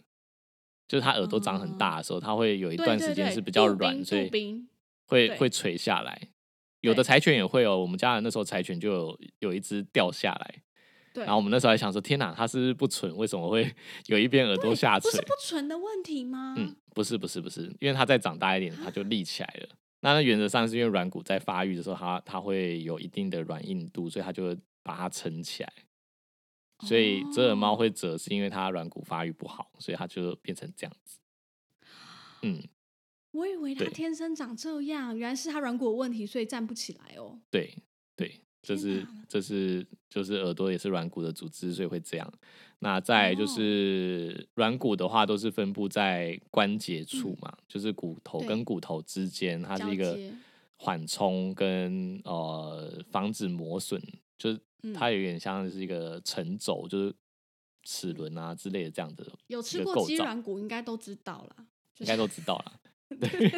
S3: 就是它耳朵长很大的时候，它会有一
S1: 哦对
S3: 段
S1: 对
S3: 时间
S1: 对
S3: 是比较
S1: 杜
S3: 软，
S1: 宾
S3: 所
S1: 杜
S3: 以
S1: 宾
S3: 会
S1: 对
S3: 会垂下来。有的
S1: 对
S3: 柴犬也会哦，我们家人那时候柴犬就有有一只掉下来，
S1: 对，
S3: 然后我们那时候还想说，天哪，它是不是不纯？为什么会 有一边耳朵下
S1: 不
S3: 垂
S1: 是？不纯的问题吗？
S3: 啊嗯，不是不是不是，因为它再长大一点，它就立起来了。那那原则上是因为软骨在发育的时候，它它会有一定的软硬度，所以它就会把它撑起来。所以
S1: 哦
S3: 折耳猫会折，是因为它软骨发育不好，所以它就变成这样子。嗯，
S1: 我以为它
S3: 对
S1: 天生长这样，原来是它软骨有问题，所以站不起来哦。
S3: 对对，这
S1: 天
S3: 是
S1: 哪
S3: 这是就是耳朵也是软骨的组织，所以会这样。那再来就
S1: 哦
S3: 是软骨的话，都是分布在关节处嘛，就是骨头
S1: 嗯对
S3: 跟骨头之间，它
S1: 交
S3: 是一个
S1: 接
S3: 缓冲跟呃防止磨损，就是
S1: 嗯
S3: 它有点像是一个承轴，就是齿轮啊之类的这样的
S1: 有
S3: 一
S1: 吃
S3: 个
S1: 过
S3: 构
S1: 鸡
S3: 造
S1: 软骨应该都知道啦，就
S3: 应
S1: 是
S3: 该都知道 了。对，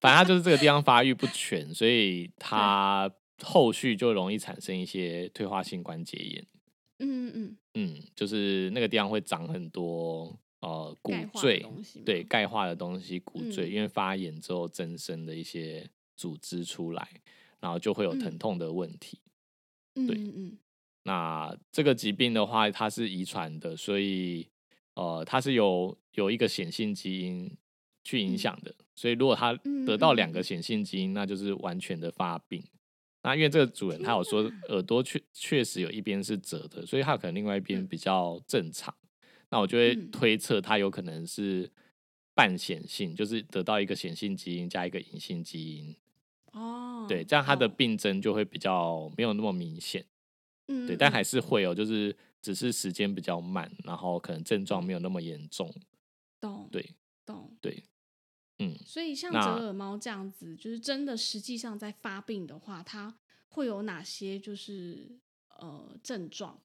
S3: 反正它就是这个地方发育不全，所以它后续就容易产生一些退化性关节炎。
S1: 嗯嗯嗯，
S3: 嗯，就是那个地方会长很多呃骨
S1: 钙化的
S3: 赘，
S1: 东西嘛
S3: 对，钙化的东西，骨赘、
S1: 嗯
S3: 因为发炎之后增生的一些组织出来，然后就会有疼
S1: 嗯
S3: 痛的问题。
S1: 嗯
S3: 对
S1: 嗯嗯，
S3: 那这个疾病的话，它是遗传的，所以呃，它是有有一个显性基因去影响的。所以如果它
S1: 嗯
S3: 得到
S1: 嗯
S3: 两个
S1: 嗯
S3: 显性基因，那就是完全的发病。那因为这个主人他有 说耳朵确确实有一边是折的，所以他可能另外一边
S1: 嗯
S3: 比较正常。那我就会
S1: 嗯
S3: 推测它有可能是半显性，就是得到一个显性基因加一个隐性基因，
S1: 哦，
S3: 对，这样它的
S1: 懂
S3: 病症就会比较没有那么明显。
S1: 嗯嗯
S3: 对，但
S1: 嗯
S3: 还是会有，就是只是时间比较慢，然后可能症状没有那么严重。
S1: 懂
S3: 对
S1: 懂
S3: 对，嗯，
S1: 所以像
S3: 那
S1: 折耳猫这样子，就是真的实际上在发病的话，它会有哪些就是呃症状？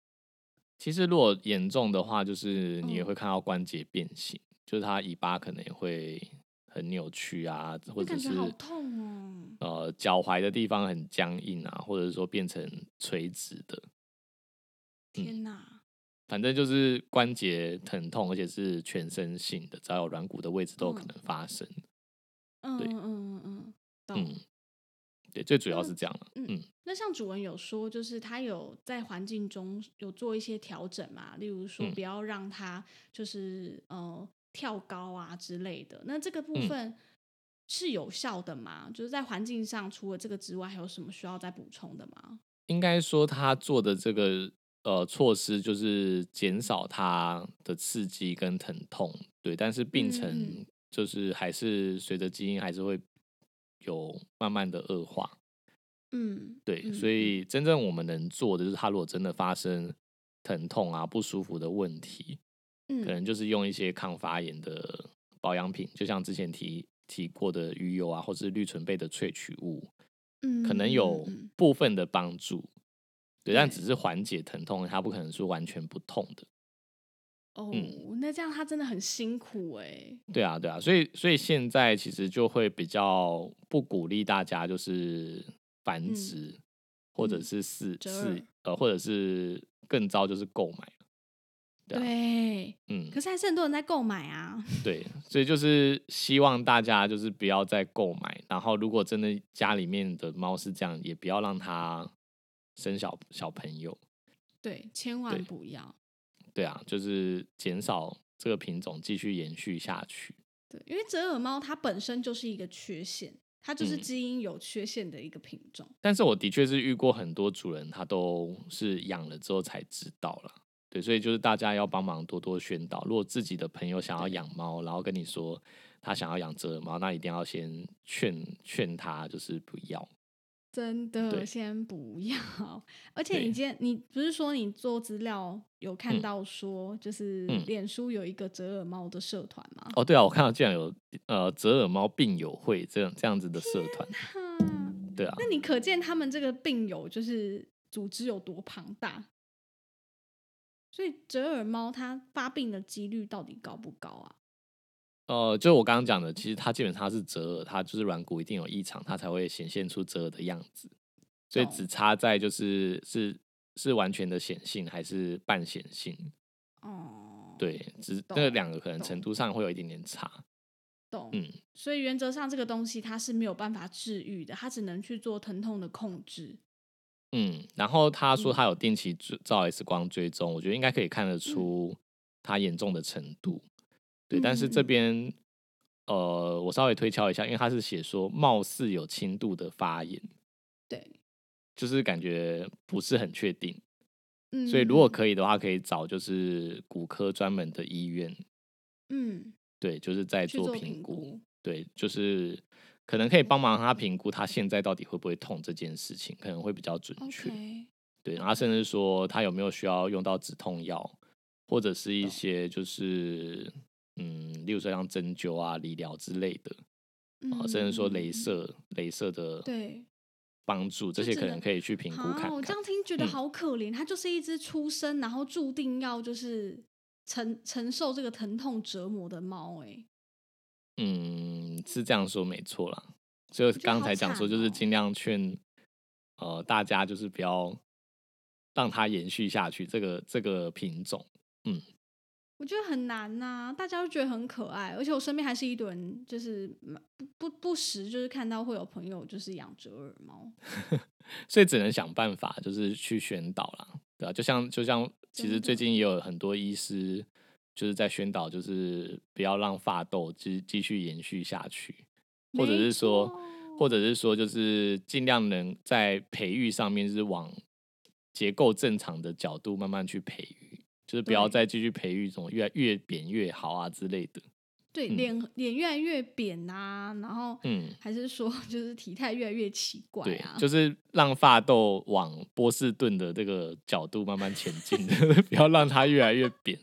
S3: 其实如果严重的话，就是你也
S1: 嗯
S3: 会看到关节变形，就是它尾巴可能也会很扭曲啊，或
S1: 我
S3: 者
S1: 感
S3: 是
S1: 觉好痛哦。
S3: 呃脚踝的地方很僵硬啊，或者说变成垂直的，
S1: 天哪，
S3: 反正就是关节疼痛，而且是全身性的，只要有软骨的位置都有可
S1: 嗯
S3: 能发生。
S1: 嗯
S3: 对
S1: 嗯嗯嗯，懂。
S3: 嗯，对，最主要是这样了。
S1: 嗯
S3: 嗯，
S1: 那像主文有说，就是他有在环境中有做一些调整嘛，例如说
S3: 嗯
S1: 不要让他就是、呃跳高啊之类的。那这个部
S3: 嗯
S1: 分是有效的吗？就是在环境上，除了这个之外，还有什么需要再补充的吗？
S3: 应该说他做的这个呃措施就是减少他的刺激跟疼痛，对，但是病
S1: 嗯
S3: 程
S1: 嗯
S3: 就是还是随着基因还是会有慢慢的恶化。
S1: 嗯，
S3: 对，
S1: 嗯
S3: 所以真正我们能做的就是，他如果真的发生疼痛啊、不舒服的问题，
S1: 嗯
S3: 可能就是用一些抗发炎的保养品，就像之前提提过的鱼油啊，或是绿醇贝的萃取物，
S1: 嗯
S3: 可能有
S1: 嗯嗯
S3: 部分的帮助。对，但
S1: 对
S3: 只是缓解疼痛，它不可能是完全不痛的。
S1: 哦，
S3: 嗯
S1: 那这样他真的很辛苦哎、
S3: 对啊，对啊，所以所以现在其实就会比较不鼓励大家就是繁
S1: 嗯
S3: 殖，或者
S1: 嗯
S3: 是饲
S1: 折
S3: 饲
S1: 耳
S3: 呃，或者是更糟就是购买。对啊
S1: 对，
S3: 嗯
S1: 可，是还是很多人在购买啊。
S3: 对，所以就是希望大家就是不要再购买，然后如果真的家里面的猫是这样，也不要让它生小小朋友。
S1: 对，千
S3: 对
S1: 万不要。
S3: 对啊，就是减少这个品种继续延续下去。
S1: 对，因为折耳猫它本身就是一个缺陷，它就是
S3: 嗯
S1: 基因有缺陷的一个品种。
S3: 但是我的确是遇过很多主人，他都是养了之后才知道啦。对，所以就是大家要帮忙多多宣导。如果自己的朋友想要
S1: 对
S3: 养猫，然后跟你说他想要养折耳猫，那一定要先劝劝他，就是不要。
S1: 真的，
S3: 对
S1: 先不要。而且
S3: 对
S1: 你今天你不是说你做资料有看
S3: 嗯
S1: 到说，就是
S3: 嗯
S1: 脸书有一个折耳猫的社团吗？
S3: 哦，对啊，我看到竟然有呃折耳猫病友会这样这样子的社团，
S1: 哈
S3: 对啊，
S1: 那你可见他们这个病友就是组织有多庞大。所以折耳猫它发病的几率到底高不高啊？
S3: 呃，就我刚刚讲的，其实它基本上它是折耳，它就是软骨一定有异常，它才会显现出折耳的样子，所以
S1: 懂
S3: 只差在就是是是完全的显性还是半显性，
S1: 哦，，
S3: 对，只这
S1: 懂
S3: 两个可能程
S1: 懂
S3: 度上会有一点点差，
S1: 懂。
S3: 嗯，
S1: 所以原则上这个东西它是没有办法治愈的，它只能去做疼痛的控制。
S3: 嗯，然后他说
S1: 嗯
S3: 他有定期追照 X 光追踪，我觉得应该可以看得出他严重的程度。对，但是
S1: 嗯嗯
S3: 这
S1: 嗯
S3: 边呃，我稍微推敲一下，因为他是写说貌似有轻度的发炎，
S1: 对，
S3: 就是感觉不是很确定。
S1: 嗯，
S3: 所以如果可以的话，可以找就是骨科专门的医院，
S1: 嗯，
S3: 对，就是在
S1: 去
S3: 做
S1: 评
S3: 评估，
S1: 估，
S3: 对，就是可能可以帮忙他评估他现在到底会不会痛这件事情，可能会比较准确。
S1: OK，
S3: 对，然后甚至说他有没有需要用到止痛药，或者是一些就是嗯，例如说像针灸啊、理疗之类的，啊、甚至说镭
S1: 嗯，
S3: 射、镭射的
S1: 对，
S3: 帮助，这
S1: 就
S3: 些
S1: 只
S3: 可能
S1: 能
S3: 可以去评估看
S1: 好，我这
S3: 看
S1: 样。听觉得
S3: 嗯
S1: 好可怜，它就是一只出生然后注定要就是承承受这个疼痛折磨的猫、欸，
S3: 嗯，是这样说没错啦。所以
S1: 觉得
S3: 刚
S1: 好
S3: 才讲说，
S1: 惨
S3: 就是
S1: 哦
S3: 尽量劝呃大家就是不要让它延续下去，这个这个品种。
S1: 我觉得很难呐、大家都觉得很可爱，而且我身边还是一堆人，就是蛮不不不时就是看到会有朋友就是养折耳猫，
S3: 所以只能想办法，就是去宣导啦，对啊，就像就像，其
S1: 真
S3: 实
S1: 的
S3: 最近也有很多医师就是在宣导，就是不要让发痘继继续延续下去，或者
S1: 没
S3: 是说，
S1: 错
S3: 或者是说，就是尽量能在培育上面是往结构正常的角度慢慢去培育，就是不要
S1: 对
S3: 再继续培育这种越来越扁越好啊之类的。
S1: 对，
S3: 嗯
S1: 脸脸越来越扁啊，然后
S3: 嗯
S1: 还是说就是体态越来越奇怪
S3: 对
S1: 啊，，
S3: 就是让发豆往波士顿的这个角度慢慢前 进，不要让它越来越扁。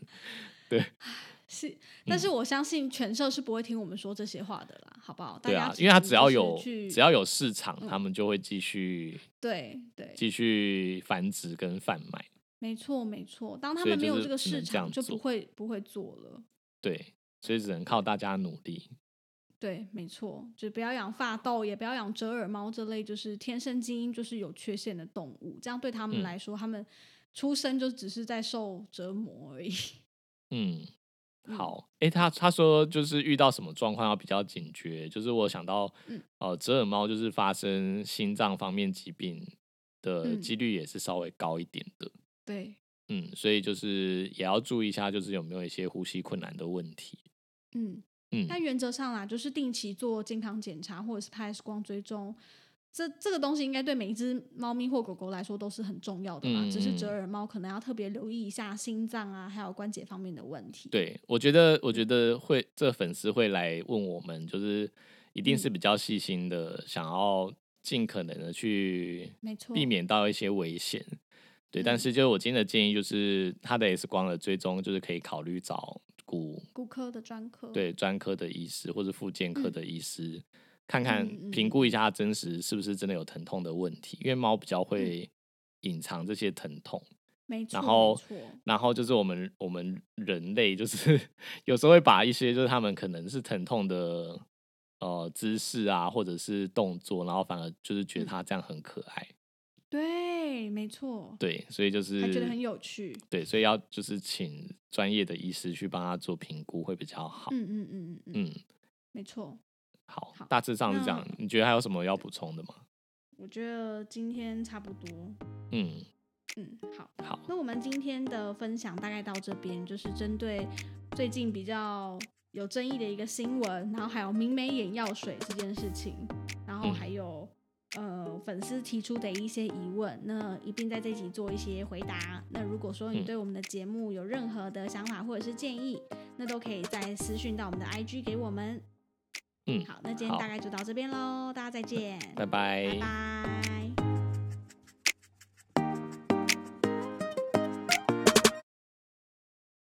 S1: 是，
S3: 嗯
S1: 但是我相信犬舍是不会听我们说这些话的啦，好不好？大
S3: 对
S1: 家
S3: 啊，
S1: 只
S3: 因为它
S1: 能
S3: 只要
S1: 就是
S3: 有
S1: 去
S3: 只要有市场，
S1: 嗯
S3: 他们就会继续
S1: 对对，
S3: 继续繁殖跟贩卖。
S1: 没错没错，当他
S3: 所以
S1: 们没
S3: 就
S1: 有
S3: 是
S1: 这个
S3: 只能
S1: 市
S3: 这
S1: 场，
S3: 样
S1: 就
S3: 做
S1: 不会不会做了。
S3: 对，所以只能靠大家努力。
S1: 对，没错，就不要养发豆，也不要养折耳猫这类，就是天生基因就是有缺陷的动物。这样对他们
S3: 嗯
S1: 来说，他们出生就只是在受折磨而已。
S3: 嗯，
S1: 嗯
S3: 好，诶，他他说就是遇到什么状况要比较警觉，就是我想到，
S1: 嗯
S3: 呃，折耳猫就是发生心脏方面疾病的
S1: 嗯
S3: 几率也是稍微高一点的，
S1: 对，
S3: 嗯，所以就是也要注意一下，就是有没有一些呼吸困难的问题，
S1: 嗯，
S3: 嗯
S1: 但原则上啦，就是定期做健康检查或者是拍 X 光追踪。这这个东西应该对每一只猫咪或狗狗来说都是很重要的嘛，
S3: 嗯
S1: 只是
S3: 嗯
S1: 折耳猫可能要特别留意一下心脏啊，还有关节方面的问题。
S3: 对，我觉得，我觉
S1: 嗯
S3: 得会这粉丝会来问我们，就是一定
S1: 嗯
S3: 是比较细心的，想要尽可能的去
S1: 没错，
S3: 避免到一些危险。对，但
S1: 嗯
S3: 是就是我今天的建议就是，它的 X 光的追踪就是可以考虑找骨
S1: 骨科的专科。
S3: 对专科的医师或者复健科
S1: 嗯
S3: 的医师，看
S1: 嗯
S3: 看
S1: 嗯
S3: 评估一下它真实是不是真的有疼痛的问题，因为猫比
S1: 嗯
S3: 较会隐藏这些疼痛。
S1: 没错，
S3: 然
S1: 没
S3: 后
S1: 错，
S3: 然后就是我们我们人类就是 有时候会把一些就是他们可能是疼痛的呃姿势啊，或者是动作，然后反而就是觉得
S1: 嗯
S3: 它这样很可爱，
S1: 对，没错，
S3: 对，所以就是
S1: 还觉得很有趣。
S3: 对，所以要就是请专业的医师去帮他做评估会比较好。
S1: 嗯嗯嗯嗯嗯，
S3: 嗯，
S1: 没错。
S3: 好，
S1: 好
S3: 大致上是这样
S1: 那。
S3: 你觉得还有什么要补充的吗？
S1: 我觉得今天差不多。
S3: 嗯，
S1: 嗯，好，
S3: 好，
S1: 那我们今天的分享大概到这边，就是针对最近比较有争议的一个新闻，然后还有明眉眼药水这件事情，然后
S3: 嗯
S1: 还有、呃粉丝提出的一些疑问，那一并在这集做一些回答。那如果说你
S3: 嗯
S1: 对我们的节目有任何的想法或者是建议，那都可以再私讯到我们的 IG 给我们。
S3: 嗯
S1: 好，那今天
S3: 好
S1: 大概就到这边喽，大家再见，
S3: 拜拜
S1: 拜拜